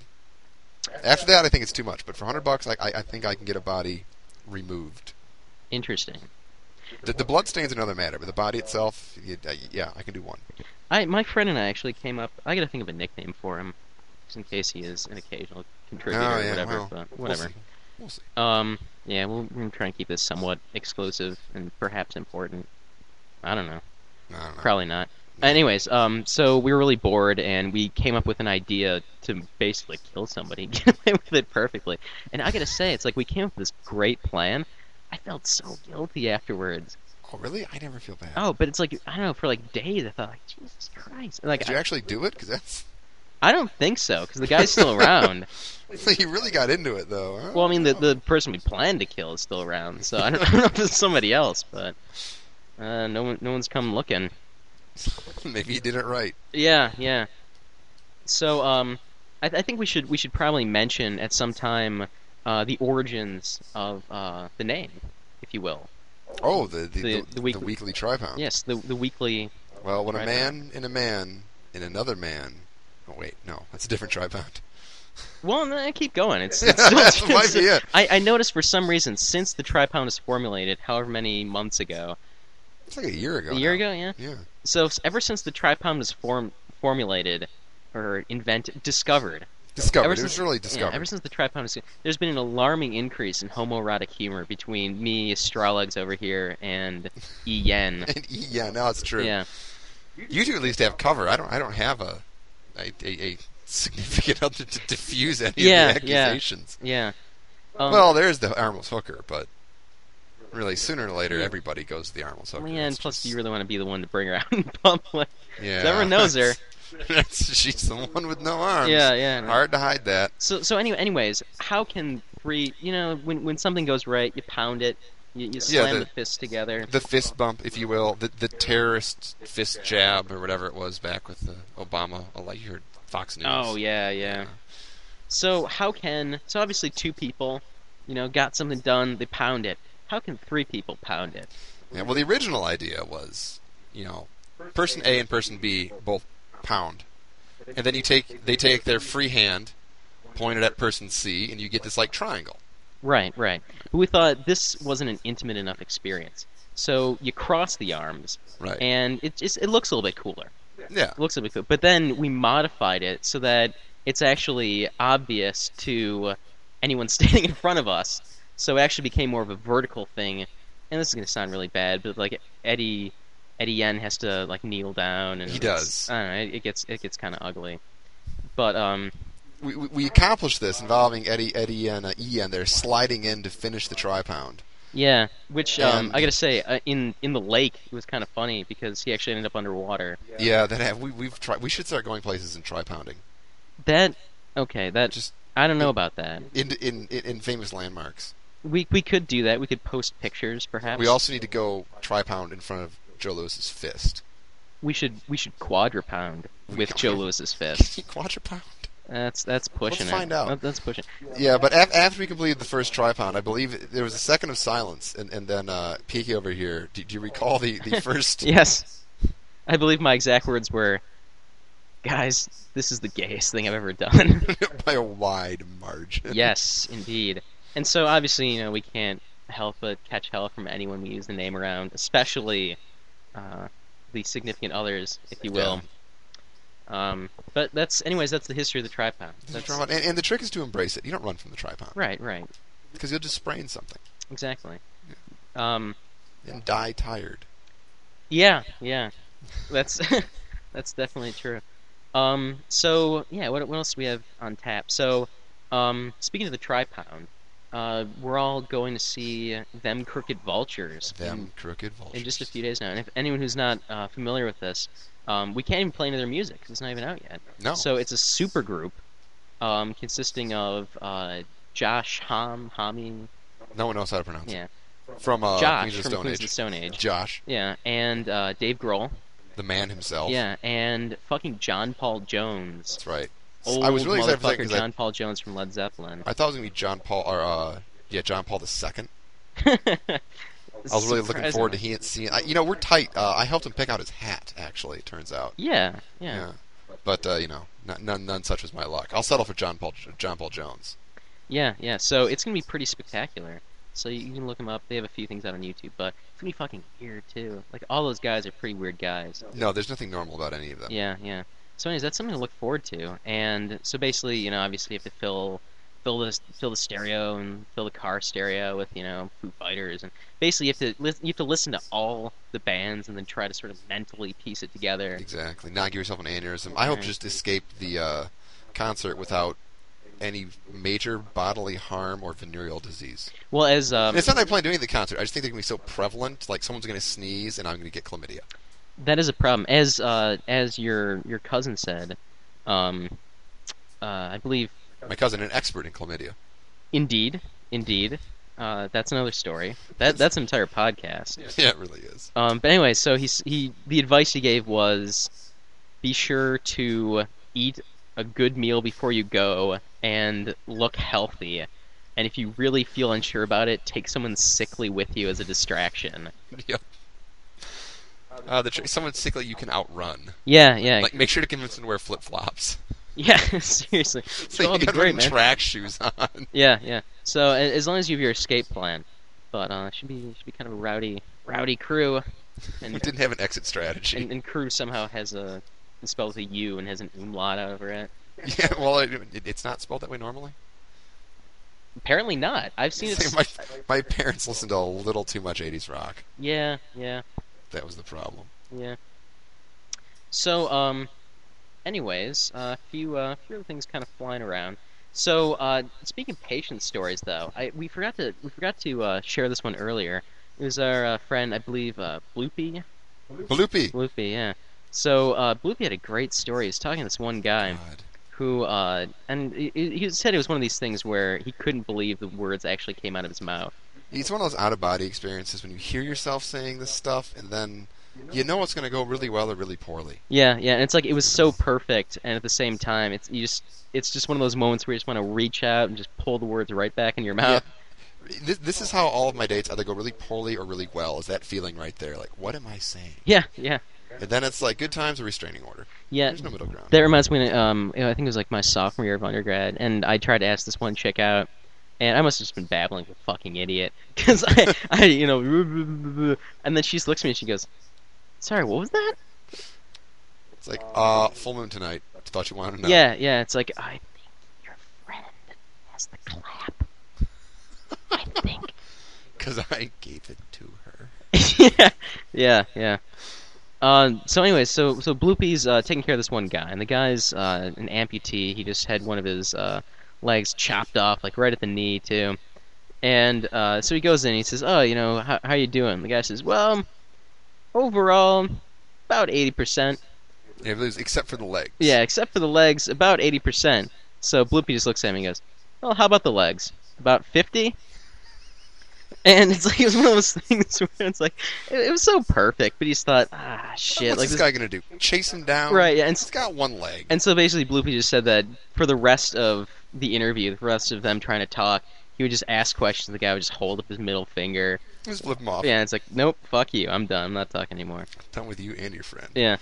After that, I think it's too much. But for a hundred bucks, I, I I think I can get a body removed. Interesting. The, the blood stains another matter, but the body itself, you, uh, yeah, I can do one. I my friend and I actually came up. I got to think of a nickname for him, just in case he is an occasional contributor oh or yeah, whatever. well, but we'll whatever. see. We'll see. um. Yeah, we'll, we're gonna try and keep this somewhat exclusive and perhaps important. I don't know. I don't know. Probably not. Anyways, um, so we were really bored, and we came up with an idea to basically kill somebody. Get away with it perfectly. And I gotta say, it's like we came up with this great plan. I felt so guilty afterwards. Oh, really? I never feel bad. Oh, but it's like I don't know for like days. I thought like Jesus Christ. And, Like Did you I, actually do it? Because that's I don't think so because the guy's still around. you really got into it though. Huh? Well, I mean the the person we planned to kill is still around, so I don't, I don't know if it's somebody else, but uh, no one no one's come looking. maybe you did it right. Yeah, yeah. So, um, I, I think we should we should probably mention at some time uh, the origins of uh, the name, if you will. Oh, the the, The- the, the the weekly- weekly, tri pound. Yes, the the weekly. Well, when Tri a man in a man in another man. Oh wait, no, that's a different tri pound. Well, no, keep going. It's, Yeah, it's still, that might be it. I, I noticed for some reason since the tripound was formulated, however many months ago, It's like a year ago. a year now. ago, yeah. Yeah. So s- ever since the tripound was form formulated, or invented, discovered, Discovered. Ever it was since- really yeah, discovered. ever since the tripound was, there's been an alarming increase in homoerotic humor between me, astrologs over here, and Ian. and e- yeah, now it's true. yeah, You two at least have cover. I don't. I don't have a a, a, a significant other to diffuse any Yeah, of the yeah. accusations. yeah. Um, well, there's the armless hooker, but really, sooner or later, everybody goes to the armless hooker. yeah, and It's plus just- you really want to be the one to bring her out in public. yeah. everyone knows her. That's, she's the one with no arms. Yeah, yeah. no. Hard to hide that. So, so anyway, anyways, how can three? You know, when when something goes right, you pound it, you, you slam the- the fists together. The fist bump, if you will, the the terrorist fist jab or whatever it was back with the Obama. Oh, you heard Fox News. Oh yeah, yeah. So how can so obviously two people, you know, got something done, they pound it. How can three people pound it? Yeah, well, the original idea was, you know, person A and person B both pound, and then you take they take their free hand, point it at person C, and you get this like triangle. Right, right. But we thought this wasn't an intimate enough experience. So you cross the arms, Right. and it just it looks a little bit cooler. yeah. It looks a bit cooler. But then we modified it so that it's actually obvious to anyone standing in front of us. So it actually became more of a vertical thing. And this is going to sound really bad, but like Eddie Eddie Yen has to like kneel down and He it's- does. I don't know, it, it gets it gets kind of ugly. But um We, we, we accomplished this involving Eddie Eddie and uh, Ian. They're sliding in to finish the tri pound. Yeah, which um, And- I gotta say, uh, in in the lake, it was kind of funny because he actually ended up underwater. Yeah. that have, we we've tried. We should start going places and tri pounding. That okay, that Just I don't know about that. in in in, in famous landmarks. We we could do that. We could post pictures, perhaps. We also need to go tri pound in front of Joe Lewis's fist. we should we should quadrupound with can't. Joe Lewis's fist. Quadrupound. That's that's pushing find it. out. That- That's pushing. it. Yeah, but af- after we completed the first tripod, I believe there was a second of silence, and, and then uh, Peaky over here. Do, do you recall the, the first? Yes, I believe my exact words were, "Guys, this is the gayest thing I've ever done." by a wide margin. yes, indeed. And so obviously, you know, we can't help but catch hell from anyone we use the name around, especially uh, the significant others, if you will. Um, but that's, anyways, that's the history of the tripod. The That's, tripod- And, and the trick is to embrace it. You don't run from the tripod right, right, because you'll just sprain something exactly. Um, and die tired. yeah, yeah, that's that's definitely true. Um, so yeah, what what else do we have on tap? So, um, speaking of the tripound, uh, we're all going to see them crooked vultures Them in crooked vultures. Mm. in just a few days now. And if anyone who's not uh, familiar with this, um, we can't even play any of their music 'cause it's not even out yet. No. So it's a super group um, consisting of uh, Josh Ham, Hami, no one knows how to pronounce yeah, it. From uh, Josh Queens of from Stone Queens Age. of the Stone Age, Josh, yeah, and uh, Dave Grohl, the man himself. yeah, and fucking John Paul Jones, That's right. old I was really excited for that motherfucker because I, John Paul Jones from Led Zeppelin. I thought it was gonna be John Paul or uh, yeah John Paul the second. I was really looking forward to he- seeing. I, you know, we're tight. Uh, I helped him pick out his hat. Actually, it turns out. Yeah, yeah. Yeah. But uh, you know, n- none none such was my luck. I'll settle for John Paul John Paul Jones. Yeah, yeah. So it's gonna be pretty spectacular. So you you can look them up. They have a few things out on YouTube, but it's gonna be fucking weird too. Like all those guys are pretty weird guys. No, there's nothing normal about any of them. Yeah, yeah. So anyways, that's something to look forward to. And so basically, you know, obviously you have to fill fill the fill the stereo and fill the car stereo with you know Foo Fighters, and basically you have to lis- you have to listen to all the bands and then try to sort of mentally piece it together. Exactly. Not give yourself an aneurysm. I hope Right. you just escape the uh, concert without any major bodily harm or venereal disease. Well, as um, And it's not that I plan to do any of the concert. I just think they're going to be so prevalent. Like someone's going to sneeze, and I'm going to get chlamydia. That is a problem. As uh, as your your cousin said, um, uh, I believe My cousin, an expert in chlamydia. indeed, indeed. Uh, that's another story. That that's an entire podcast. Yeah, it really is. Um, but anyway, so he he the advice he gave was, be sure to eat a good meal before you go and look healthy. And if you really feel unsure about it, take someone sickly with you as a distraction. yep. Uh, the tr- someone sickly you can outrun. Yeah, yeah, Like make sure to convince them to wear flip flops. yeah. seriously, So That'd you be got great, man. track shoes on. Yeah, yeah. So a- as long as you have your escape plan, but uh, should be should be kind of a rowdy, rowdy crew, We and didn't have an exit strategy. and, and crew somehow has a it spells a U and has an umlaut over it. yeah, well, it, it- it's not spelled that way normally. Apparently not. I've seen it. my, my parents listened to a little too much 80s rock. Yeah, yeah, That was the problem. yeah. So um, anyways, a uh, few uh, few other things kind of flying around. So uh, speaking of patient stories, though, I we forgot to we forgot to uh, share this one earlier. It was our uh, friend, I believe, uh, Bloopy. Bloopy. Bloopy, yeah. So uh, Bloopy had a great story. He was talking to this one guy God. who, uh, and he, he said it was one of these things where he couldn't believe the words actually came out of his mouth. It's one of those out of body experiences when you hear yourself saying this stuff and then you know it's going to go really well or really poorly. Yeah, yeah. And it's like it was so perfect, and at the same time, it's you just it's just one of those moments where you just want to reach out and just pull the words right back in your mouth. This, this is how all of my dates either go really poorly or really well. Is that feeling right there? Like, what am I saying? Yeah, yeah, And then it's like, good times a restraining order. yeah. There's no middle ground. That reminds me, um, you know, I think it was like my sophomore year of undergrad, and I tried to ask this one chick out, and I must have just been babbling like a fucking idiot, because I, I, you know, and then she just looks at me and she goes, "Sorry, what was that?" It's like, uh, full moon tonight. Thought you wanted to know. Yeah, yeah, it's like I think your friend has the clap. I think. Because I gave it to her. yeah, yeah, yeah. Um, so anyway, so so Bloopy's uh, taking care of this one guy, and the guy's uh, an amputee. He just had one of his uh, legs chopped off, like right at the knee too. And uh, so he goes in. He says, "Oh, you know, how how you doing?" The guy says, "Well, overall, about eighty percent. Yeah, it was- except for the legs. Yeah, except for the legs, about eighty percent." So Bloopy just looks at him and goes, "Well, how about the legs? About 50? And it's like it was one of those things where it's like it, it was so perfect, but he just thought, ah, shit, What's like this, guy gonna do? Chase him down? right? Yeah, and He's s- got one leg. and so basically, Bloopy just said that for the rest of the interview, the rest of them trying to talk, he would just ask questions. The guy would just hold up his middle finger. Just flip him off. Yeah, it's like, nope, fuck you, I'm done. I'm not talking anymore. Done with you and your friend. Yeah,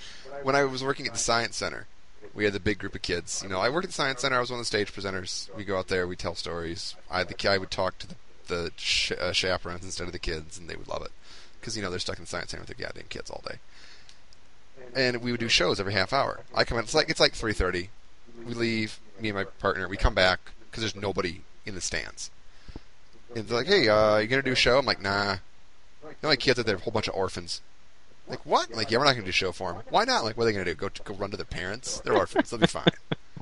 When I was working at the science center, we had the big group of kids. You know, I worked at the science center. I was one of the stage presenters. We go out there, we tell stories. I the I would talk to the, the sh- uh, chaperones instead of the kids, and they would love it because you know they're stuck in the science center with their goddamn kids all day. And we would do shows every half hour. I come in. It's like it's like three thirty. We leave. Me and my partner. We come back because there's nobody in the stands. And they're like, "Hey, uh, you gonna do a show?" I'm like, "Nah." The only kids out there, are a whole bunch of orphans. Like what? Like yeah, we're not gonna do a show for them. Why not? Like what are they gonna do? Go go run to their parents? They're orphans. They'll be fine.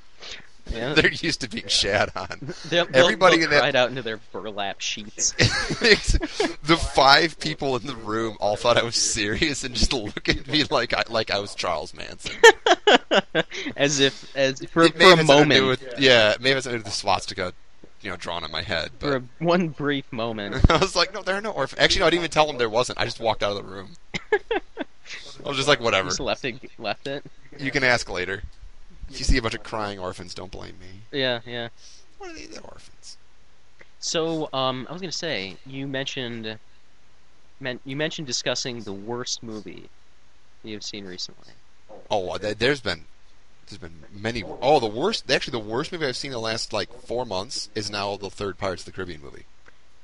yeah. They're used to being shat on. They'll- they'll- everybody they'll in that- cried out into their burlap sheets. the five people in the room all thought I was serious and just look at me like I like I was Charles Manson. as if as for, It may for have a something to do moment, with- yeah, it may have something to do with the swastika, you know, drawn on my head. for But a, one brief moment. I was like, no, there are no orphans. Actually, no, I didn't even tell them there wasn't. I just walked out of the room. I was just like, whatever. Just left it, left it. You can ask later. If you see a bunch of crying orphans, don't blame me. Yeah, yeah. What are they? They're orphans. So, um, I was gonna say you mentioned, men- you mentioned discussing the worst movie you've seen recently. Oh, th- there's been there's been many. Oh, the worst. Actually, the worst movie I've seen in the last like four months is now the third Pirates of the Caribbean movie.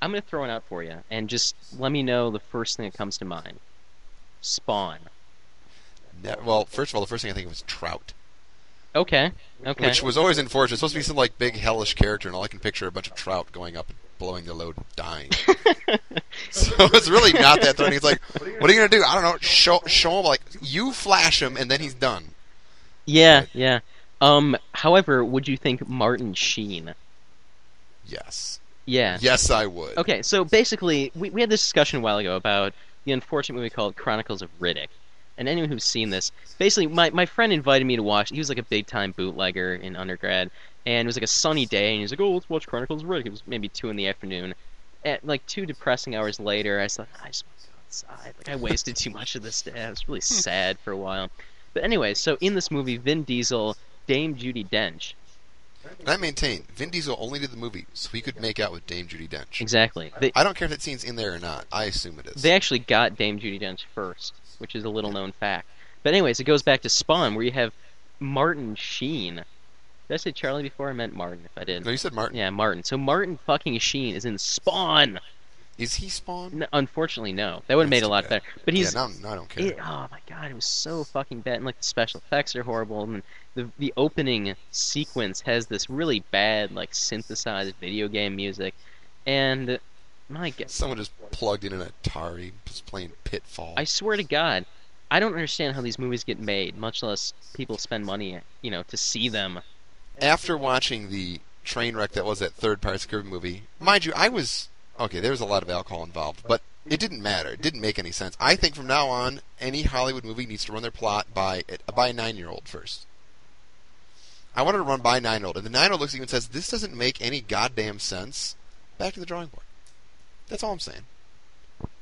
I'm gonna throw it out for you, and just let me know the first thing that comes to mind. Spawn. Ne- well, first of all, the first thing I think of was Trout, Okay. Okay. which was always unfortunate. It's supposed to be some like big hellish character, and all I can picture are a bunch of trout going up and blowing their load and dying. so it's really not that threatening. It's like, what are you gonna do? I don't know. Show show him like you flash him, and then he's done. yeah, yeah. Um, however, would you think Martin Sheen? Yes. Yeah. Yes, I would. Okay, so basically, we, we had this discussion a while ago about the unfortunate movie called Chronicles of Riddick. And anyone who's seen this, basically, my, my friend invited me to watch. He was like a big time bootlegger in undergrad, and it was like a sunny day, and he's like, "Oh, let's watch Chronicles of Riddick." It was maybe two in the afternoon. At like two depressing hours later, I thought, "I just want to go outside." Like I wasted too much of this day. I was really sad for a while. But anyway, so in this movie, Vin Diesel, Dame Judy Dench, And I maintain Vin Diesel only did the movie so he could make out with Dame Judy Dench. exactly. They, I don't care if that scene's in there or not. I assume it is. They actually got Dame Judy Dench first, which is a little known fact. But anyways, it goes back to Spawn, where you have Martin Sheen. Did I say Charlie before? I meant Martin. If I did, no, you said Martin. yeah, Martin. So Martin fucking Sheen is in Spawn. Is he Spawn? N unfortunately, no. That would have made That's too a lot bad. better. But he's yeah, now, now I don't care. it- oh my god, it was so fucking bad. And like the special effects are horrible, and the the opening sequence has this really bad like synthesized video game music, and my god, Someone just plugged in an Atari, was playing Pitfall. I swear to God, I don't understand how these movies get made, much less people spend money, you know, to see them. After watching the train wreck that was that third Pirates of the Caribbean movie, mind you, I was okay. There was a lot of alcohol involved, but it didn't matter. It didn't make any sense. I think from now on, any Hollywood movie needs to run their plot by by a nine-year-old first. I wanted to run by a nine-year-old, and the nine-year-old looks at you and says, "This doesn't make any goddamn sense." Back to the drawing board. That's all I'm saying.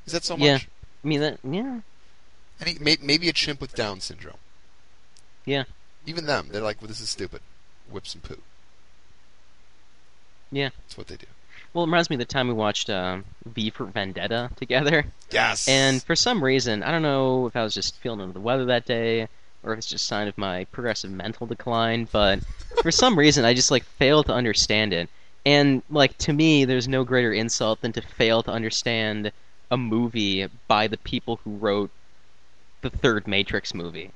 Is that so much? Yeah. I mean, that, yeah, And he, may, maybe a chimp with Down syndrome. Yeah. Even them, they're like, well, this is stupid. Whip some poo. yeah. That's what they do. Well, it reminds me of the time we watched um, V for Vendetta together, Yes. and for some reason, I don't know if I was just feeling under the weather that day, or if it's just a sign of my progressive mental decline, but for some reason, I just like failed to understand it. And like to me, there's no greater insult than to fail to understand a movie by the people who wrote the third Matrix movie.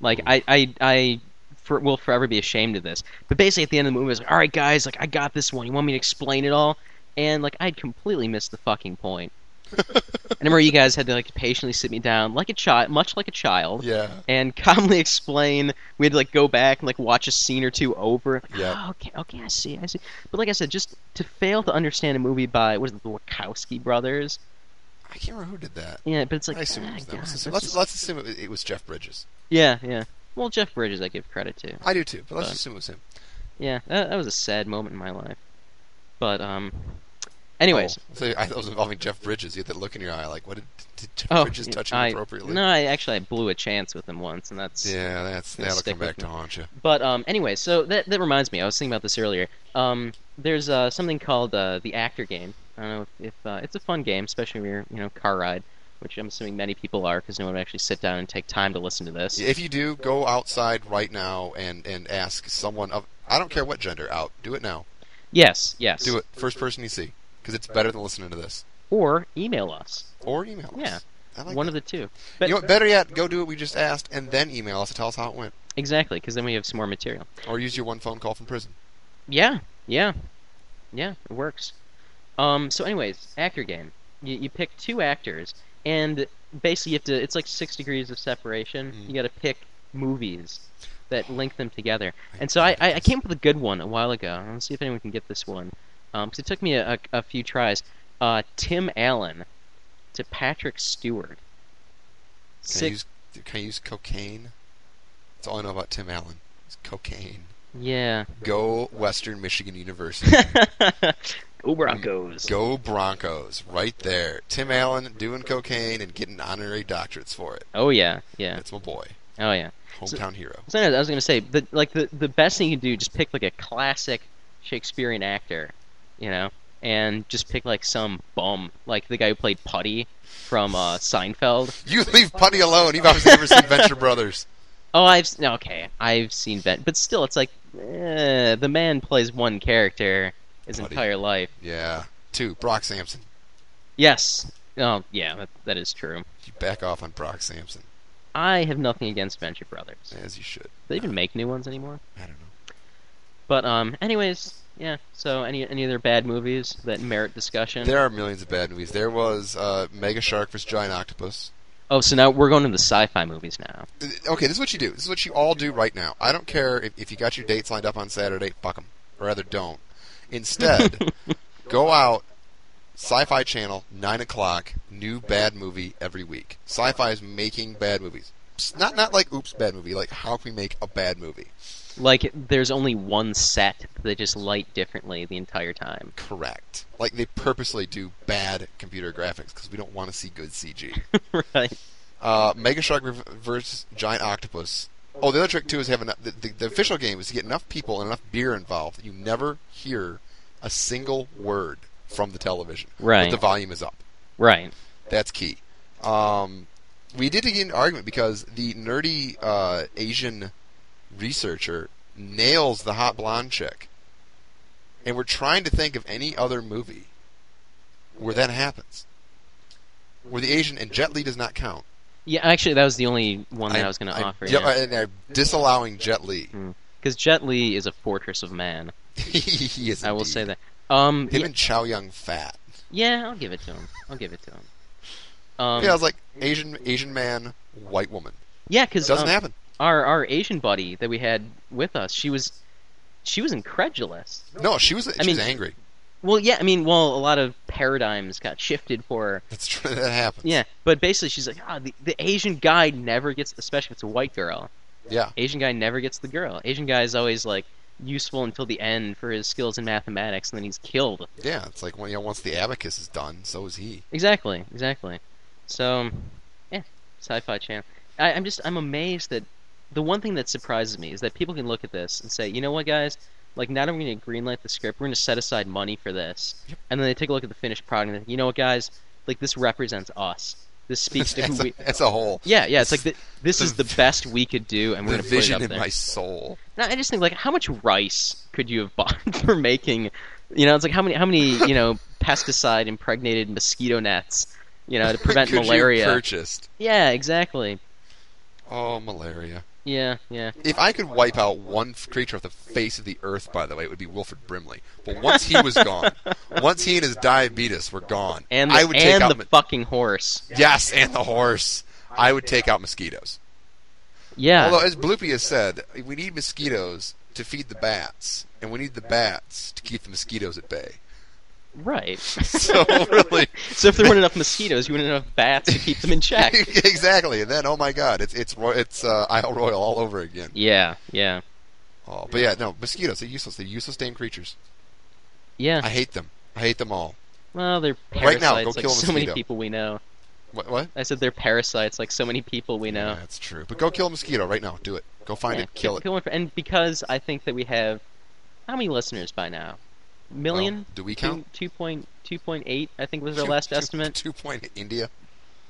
Like I, I, I for, will forever be ashamed of this. But basically, at the end of the movie, I was like, "All right, guys, like I got this one. You want me to explain it all?" And like I'd completely missed the fucking point. I remember you guys had to like patiently sit me down, like a child, much like a child, yeah. and calmly explain. We had to like go back and like watch a scene or two over. Like, Yeah. "Oh, okay, okay, I see, I see. But like I said, just to fail to understand a movie by what is it, the Wachowski brothers? I can't remember who did that. Yeah, but it's like, I assume ah, it was them. God, Let's, that's assume, let's, just- let's assume it, it was Jeff Bridges. yeah, yeah. Well, Jeff Bridges, I give credit to. I do too, but let's But- assume it was him. Yeah, that, that was a sad moment in my life. But um, anyways. Oh, so I thought it was involving Jeff Bridges. You had that look in your eye, like, what did, did Jeff Oh, Bridges touch you I, inappropriately? No, I actually I blew a chance with him once, and that's Yeah, that's Gonna that'll stick come back with to me. haunt you. But um, anyway, so that that reminds me. I was thinking about this earlier. Um, there's uh, something called uh, the actor game. I don't know if, if uh, it's a fun game, especially when you're you know car ride, which I'm assuming many people are because no one would actually sit down and take time to listen to this. If you do, go outside right now and and ask someone of I don't care what gender out. Do it now. Yes, yes. Do it. First person you see, because it's better than listening to this. Or email us. or email us. Yeah. I like One that. of the two. But you know what, better yet, go do what we just asked and then email us to tell us how it went. exactly, because then we have some more material. Or use your one phone call from prison. Yeah, yeah, yeah. It works. Um. So, anyways, actor game. You you pick two actors, and basically you have to. It's like six degrees of separation. Mm. You got to pick movies that link them together. And so I, I, I came up with a good one a while ago. Let's see if anyone can get this one. Um, 'cause it took me a, a, a few tries. Uh, Tim Allen to Patrick Stewart. Can, I Six. use, can I use cocaine? That's all I know about Tim Allen. It's cocaine. Yeah. Go Western Michigan University. Go Broncos. go Broncos. Right there. Tim Allen doing cocaine and getting honorary doctorates for it. Oh yeah, yeah. That's my boy. Oh yeah. Hometown hero. So anyways, I was gonna say the like the the best thing you can do just pick like a classic Shakespearean actor, you know, and just pick like some bum, like the guy who played Putty from uh, Seinfeld. You leave Putty alone. You've obviously never seen Venture Brothers. Oh, I've s- no, okay, I've seen Ben, but still, it's like eh, the man plays one character his Putty. entire life. Yeah. Two. Brock Sampson. Yes. Oh yeah, that, that is true. You back off on Brock Sampson, I have nothing against Venture Brothers. Do as you should. they even make new ones anymore? I don't know. But um, anyways, yeah. So any any other bad movies that merit discussion? There are millions of bad movies. There was uh, Mega Shark vs. Giant Octopus. Oh, so now we're going to the sci-fi movies now. Okay, this is what you do. This is what you all do right now. I don't care if, if you got your dates lined up on Saturday. Fuck 'em. Or rather, don't. Instead, go out. Sci-fi channel, nine o'clock. New bad movie every week. Sci-fi is making bad movies. Psst, Not not like oops bad movie. Like how can we make a bad movie? Like there's only one set that they just light differently the entire time. Correct. Like they purposely do bad computer graphics because we don't want to see good CG. right. Uh, Mega Shark rev- versus Giant Octopus. Oh, the other trick too is having the, the, the official game is to get enough people and enough beer involved that you never hear a single word from the television. Right. But the volume is up. Right. That's key. Um, we did get an argument because the nerdy uh, Asian researcher nails the hot blonde chick, and we're trying to think of any other movie where that happens, where the Asian and Jet Li does not count. Yeah, actually, that was the only one that I, was going to I- offer. Mm. yeah, Because and they're disallowing Jet Li. Jet Li is a fortress of man. he is. I will indeed. say that. Um, Him yeah, and Chow Young Fat. yeah, I'll give it to him. I'll give it to him. Um, yeah, I was like Asian Asian man, white woman. yeah, because Doesn't happen. our our Asian buddy that we had with us, she was she was incredulous. No, she was. She mean- was angry. Well, yeah, I mean, well, a lot of paradigms got shifted for her. That's true. That happened. Yeah, but basically, she's like, ah, the, the Asian guy never gets, especially if it's a white girl. Yeah. Asian guy never gets the girl. Asian guy is always like useful until the end for his skills in mathematics, and then he's killed. Yeah, it's like well, you know, once the abacus is done, so is he. Exactly, exactly. So, yeah, Sci-Fi Channel. I, I'm just I'm amazed that the one thing that surprises me is that people can look at this and say, you know what, guys, like not only going to greenlight the script, we're going to set aside money for this, and then they take a look at the finished product and they think, you know what, guys, like this represents us. This speaks to As who a, we. as a whole, Yeah, yeah. It's like the, this the is the best we could do, and we're the going to put it up vision in there. my soul. No, I just think like how much rice could you have bought for making? You know, it's like how many how many you know pesticide impregnated mosquito nets, you know, to prevent Could you have malaria. purchased. Yeah, exactly. Oh, malaria. Yeah, yeah. If I could wipe out one f- creature off the face of the earth, by the way, it would be Wilfred Brimley. But once he was gone, once he and his diabetes were gone, And the, I would take and out the mo- fucking horse. yes, and the horse. I would take out mosquitoes. Yeah, Although, as Bloopy has said, we need mosquitoes to feed the bats, and we need the bats to keep the mosquitoes at bay. right. So really, So if there weren't enough mosquitoes, you wouldn't have enough bats to keep them in check. exactly. And then, oh my God, it's it's Roy- it's uh, Isle Royal all over again. Yeah, yeah, Oh, but yeah, no, mosquitoes. They're useless. They're useless damn creatures. I yeah. hate them. I hate them all. Well, they're Right parasites now, go like kill a so many mosquito. people we know. What? What? I said they're parasites like so many people we know. That's true. But go kill a mosquito right now. Do it. Go find Yeah, it. Kill it. one for- and because I think that we have how many listeners by now? Million? Oh, do we count? Two, two point two point eight, I think was our Two- last two- estimate. Two point India.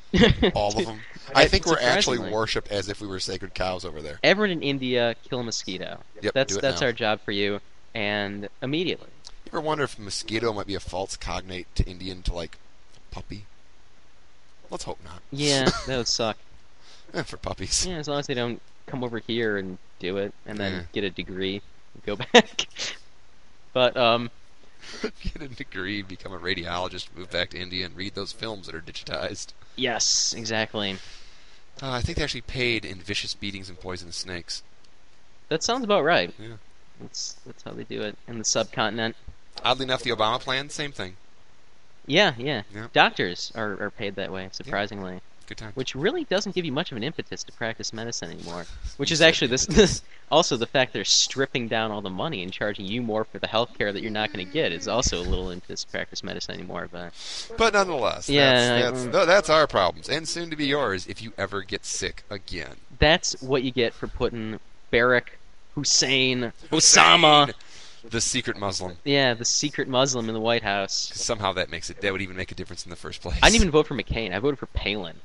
All of them. I think we're actually Surprisingly. worshipped as if we were sacred cows over there. Everyone in India kill a mosquito. Yep, that's do it that's now. our job for you, and immediately. You ever wonder if mosquito might be a false cognate to Indian to like puppy? Let's hope not. Yeah, that would suck. Eh, For puppies. Yeah, as long as they don't come over here and do it, and then Yeah. get a degree, and go back. but um, Get a degree, become a radiologist, move back to India, and read those films that are digitized. yes, exactly. Uh, I think they actually paid in vicious beatings and poisonous snakes. That sounds about right. Yeah. That's that's how they do it in the subcontinent. Oddly enough, the Obama plan, same thing. Yeah, yeah. Yeah. Doctors are, are paid that way, surprisingly, Good time. which really doesn't give you much of an impetus to practice medicine anymore. Which You is said actually this, this also the fact they're stripping down all the money and charging you more for the health care that you're not going to get is also a little impetus to practice medicine anymore. But But nonetheless, Yeah, I- that's, that's, tho- that's our problems, and soon to be yours if you ever get sick again. that's what you get for putting Barack Hussein Osama, The secret Muslim. yeah, the secret Muslim in the White House. Somehow that makes it. That would even make a difference in the first place. I didn't even vote for McCain. I voted for Palin.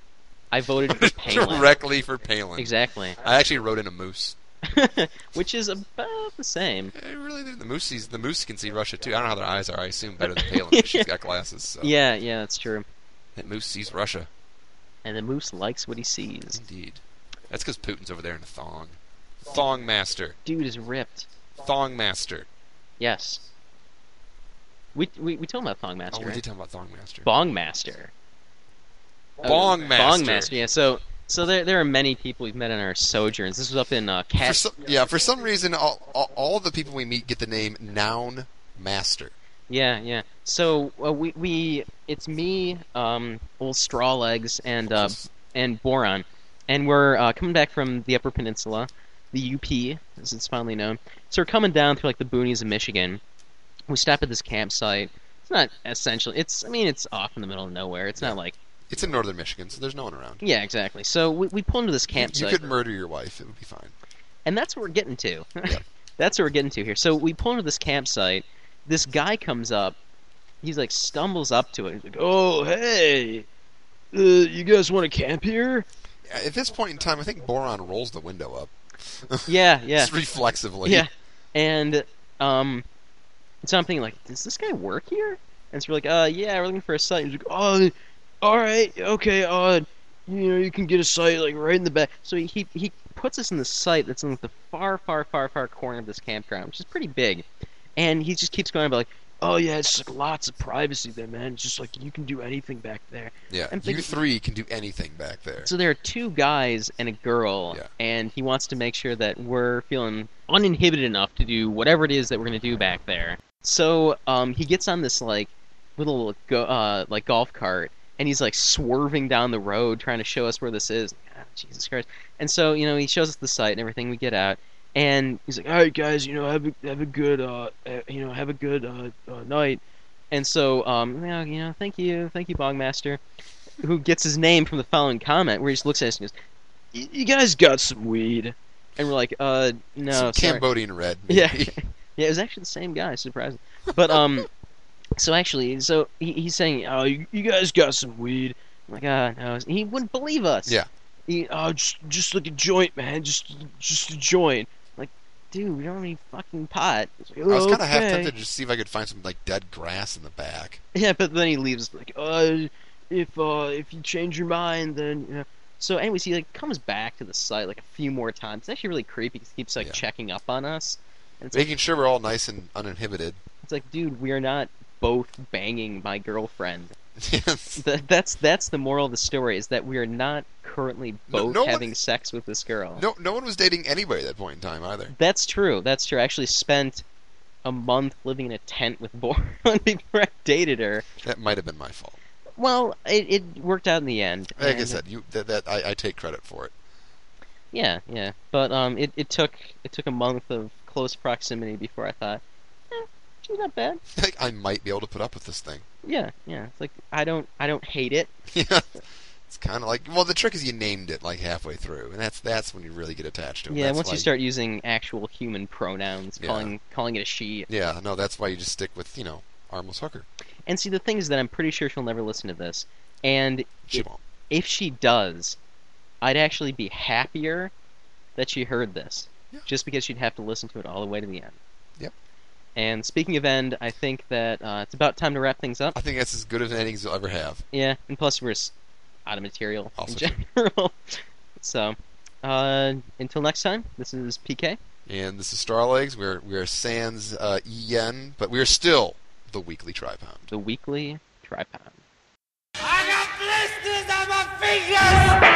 I voted for Palin. directly for Palin. Exactly, I actually wrote in a moose. which is about the same. Eh, really, the moose sees the moose can see Russia too. I don't know how their eyes are. I assume better than Palin. 'cause She's got glasses. So. Yeah, yeah, that's true. That moose sees Russia. and the moose likes what he sees. Indeed. That's because Putin's over there in a thong. Thong master. Dude is ripped. Thong master. Yes. We we we told him about Thong Master. Oh, we right? did talk about thong master. Bong Master. Uh, Bong Master. Bong Master. Yeah. So so there there are many people we've met on our sojourns. This was up in uh, For Cat. some, yeah, for some reason, all, all, all the people we meet get the name Noun Master. Yeah, yeah. So uh, we we it's me, um, old straw legs, and uh, and Boron, and we're uh, coming back from the Upper Peninsula, the UP as it's finally known. So we're coming down through like the boonies of Michigan. We stop at this campsite. It's not essential. It's I mean it's off in the middle of nowhere. It's not like It's in northern Michigan, so there's no one around. yeah exactly. So we we pull into this You campsite. could murder your wife; it would be fine. and that's what we're getting to. Yeah. that's what we're getting to here. So we pull into this campsite. This guy comes up. He's like stumbles up to it. He's like, "Oh, hey, uh, you guys want to camp here?" At this point in time, I think Boron rolls the window up Yeah, yeah, just reflexively. yeah. And um, so I'm thinking like, does this guy work here? And so we're like, "Uh, yeah, we're looking for a site." He's like, "Oh, all right, okay, uh, you know, you can get a site like right in the back." So he he, he puts us in the site that's in like, the far, far, far, far corner of this campground, which is pretty big. And he just keeps going about like, Oh yeah, it's like lots of privacy there, man. It's just like you can do anything back there. yeah. I'm You thinking- three can do anything back there. So there are two guys and a girl, Yeah. and he wants to make sure that we're feeling uninhibited enough to do whatever it is that we're going to do back there. So um, he gets on this like little go- uh, like golf cart, and he's like swerving down the road trying to show us where this is. Ah, Jesus Christ! And so you know he shows us the site and everything. We get out, and He's like, all right, guys, you know, have a have a good uh, uh, you know, have a good uh, uh night. And so, um, you know, you know, thank you, thank you, Bongmaster, who gets his name from the following comment, where he just looks at us and goes, Y- you guys got some weed. and we're like, uh, no, Some sorry. Cambodian red. Yeah. maybe. Yeah, it was actually the same guy. Surprising, but um, so actually, so he, he's saying, Oh, "Oh, you you, you guys got some weed. like, uh, no," he wouldn't believe us. Yeah. he, uh, Oh, just just like a joint, man. Just just a joint. dude, we don't need fucking pot. It's I like, was kind of half okay. tempted to just see if I could find some like dead grass in the back. Yeah, but then he leaves. Like, Like, uh, if uh, if you change your mind, then you know, so, anyways, he like comes back to the site like a few more times. It's actually really creepy. 'cause he keeps like Yeah. checking up on us. Making sure we're all nice and uninhibited. It's like, dude, we are not both banging my girlfriend. yes. Th- that's that's the moral of the story is that we are not currently No- both no one- having sex with this girl. No, no one was dating anybody at that point in time either. That's true. That's true. I actually spent a month living in a tent with Boron before I dated her. That might have been my fault. Well, it, it worked out in the end. Like I and- said, you that, that I, I take credit for it. Yeah, yeah. But um, it, it took it took a month of close proximity before I thought, eh, she's not bad. Like I might be able to put up with this thing. Yeah, yeah. It's like I don't I don't hate it. Yeah. It's kind of like well, the trick is you named it like halfway through, and that's that's when you really get attached to it. yeah, That's once why- you start using actual human pronouns, Yeah. calling calling it a she. Yeah, no, that's why you just stick with you know armless hooker. And see, the thing is that I'm pretty sure she'll never listen to this. And She Yeah. won't. if she does, I'd actually be happier that she heard this, Yeah. just because she'd have to listen to it all the way to the end. Yep. And speaking of end, I think that uh, it's about time to wrap things up. I think that's as good of an ending as you'll ever have. Yeah, and plus we're s- out of material Also in general. so, uh, until next time, this is PK. And this is Starlegs. We're we are Sans uh, En, but we are still the Weekly Tripound. the weekly tripod. I got blisters on my fingers!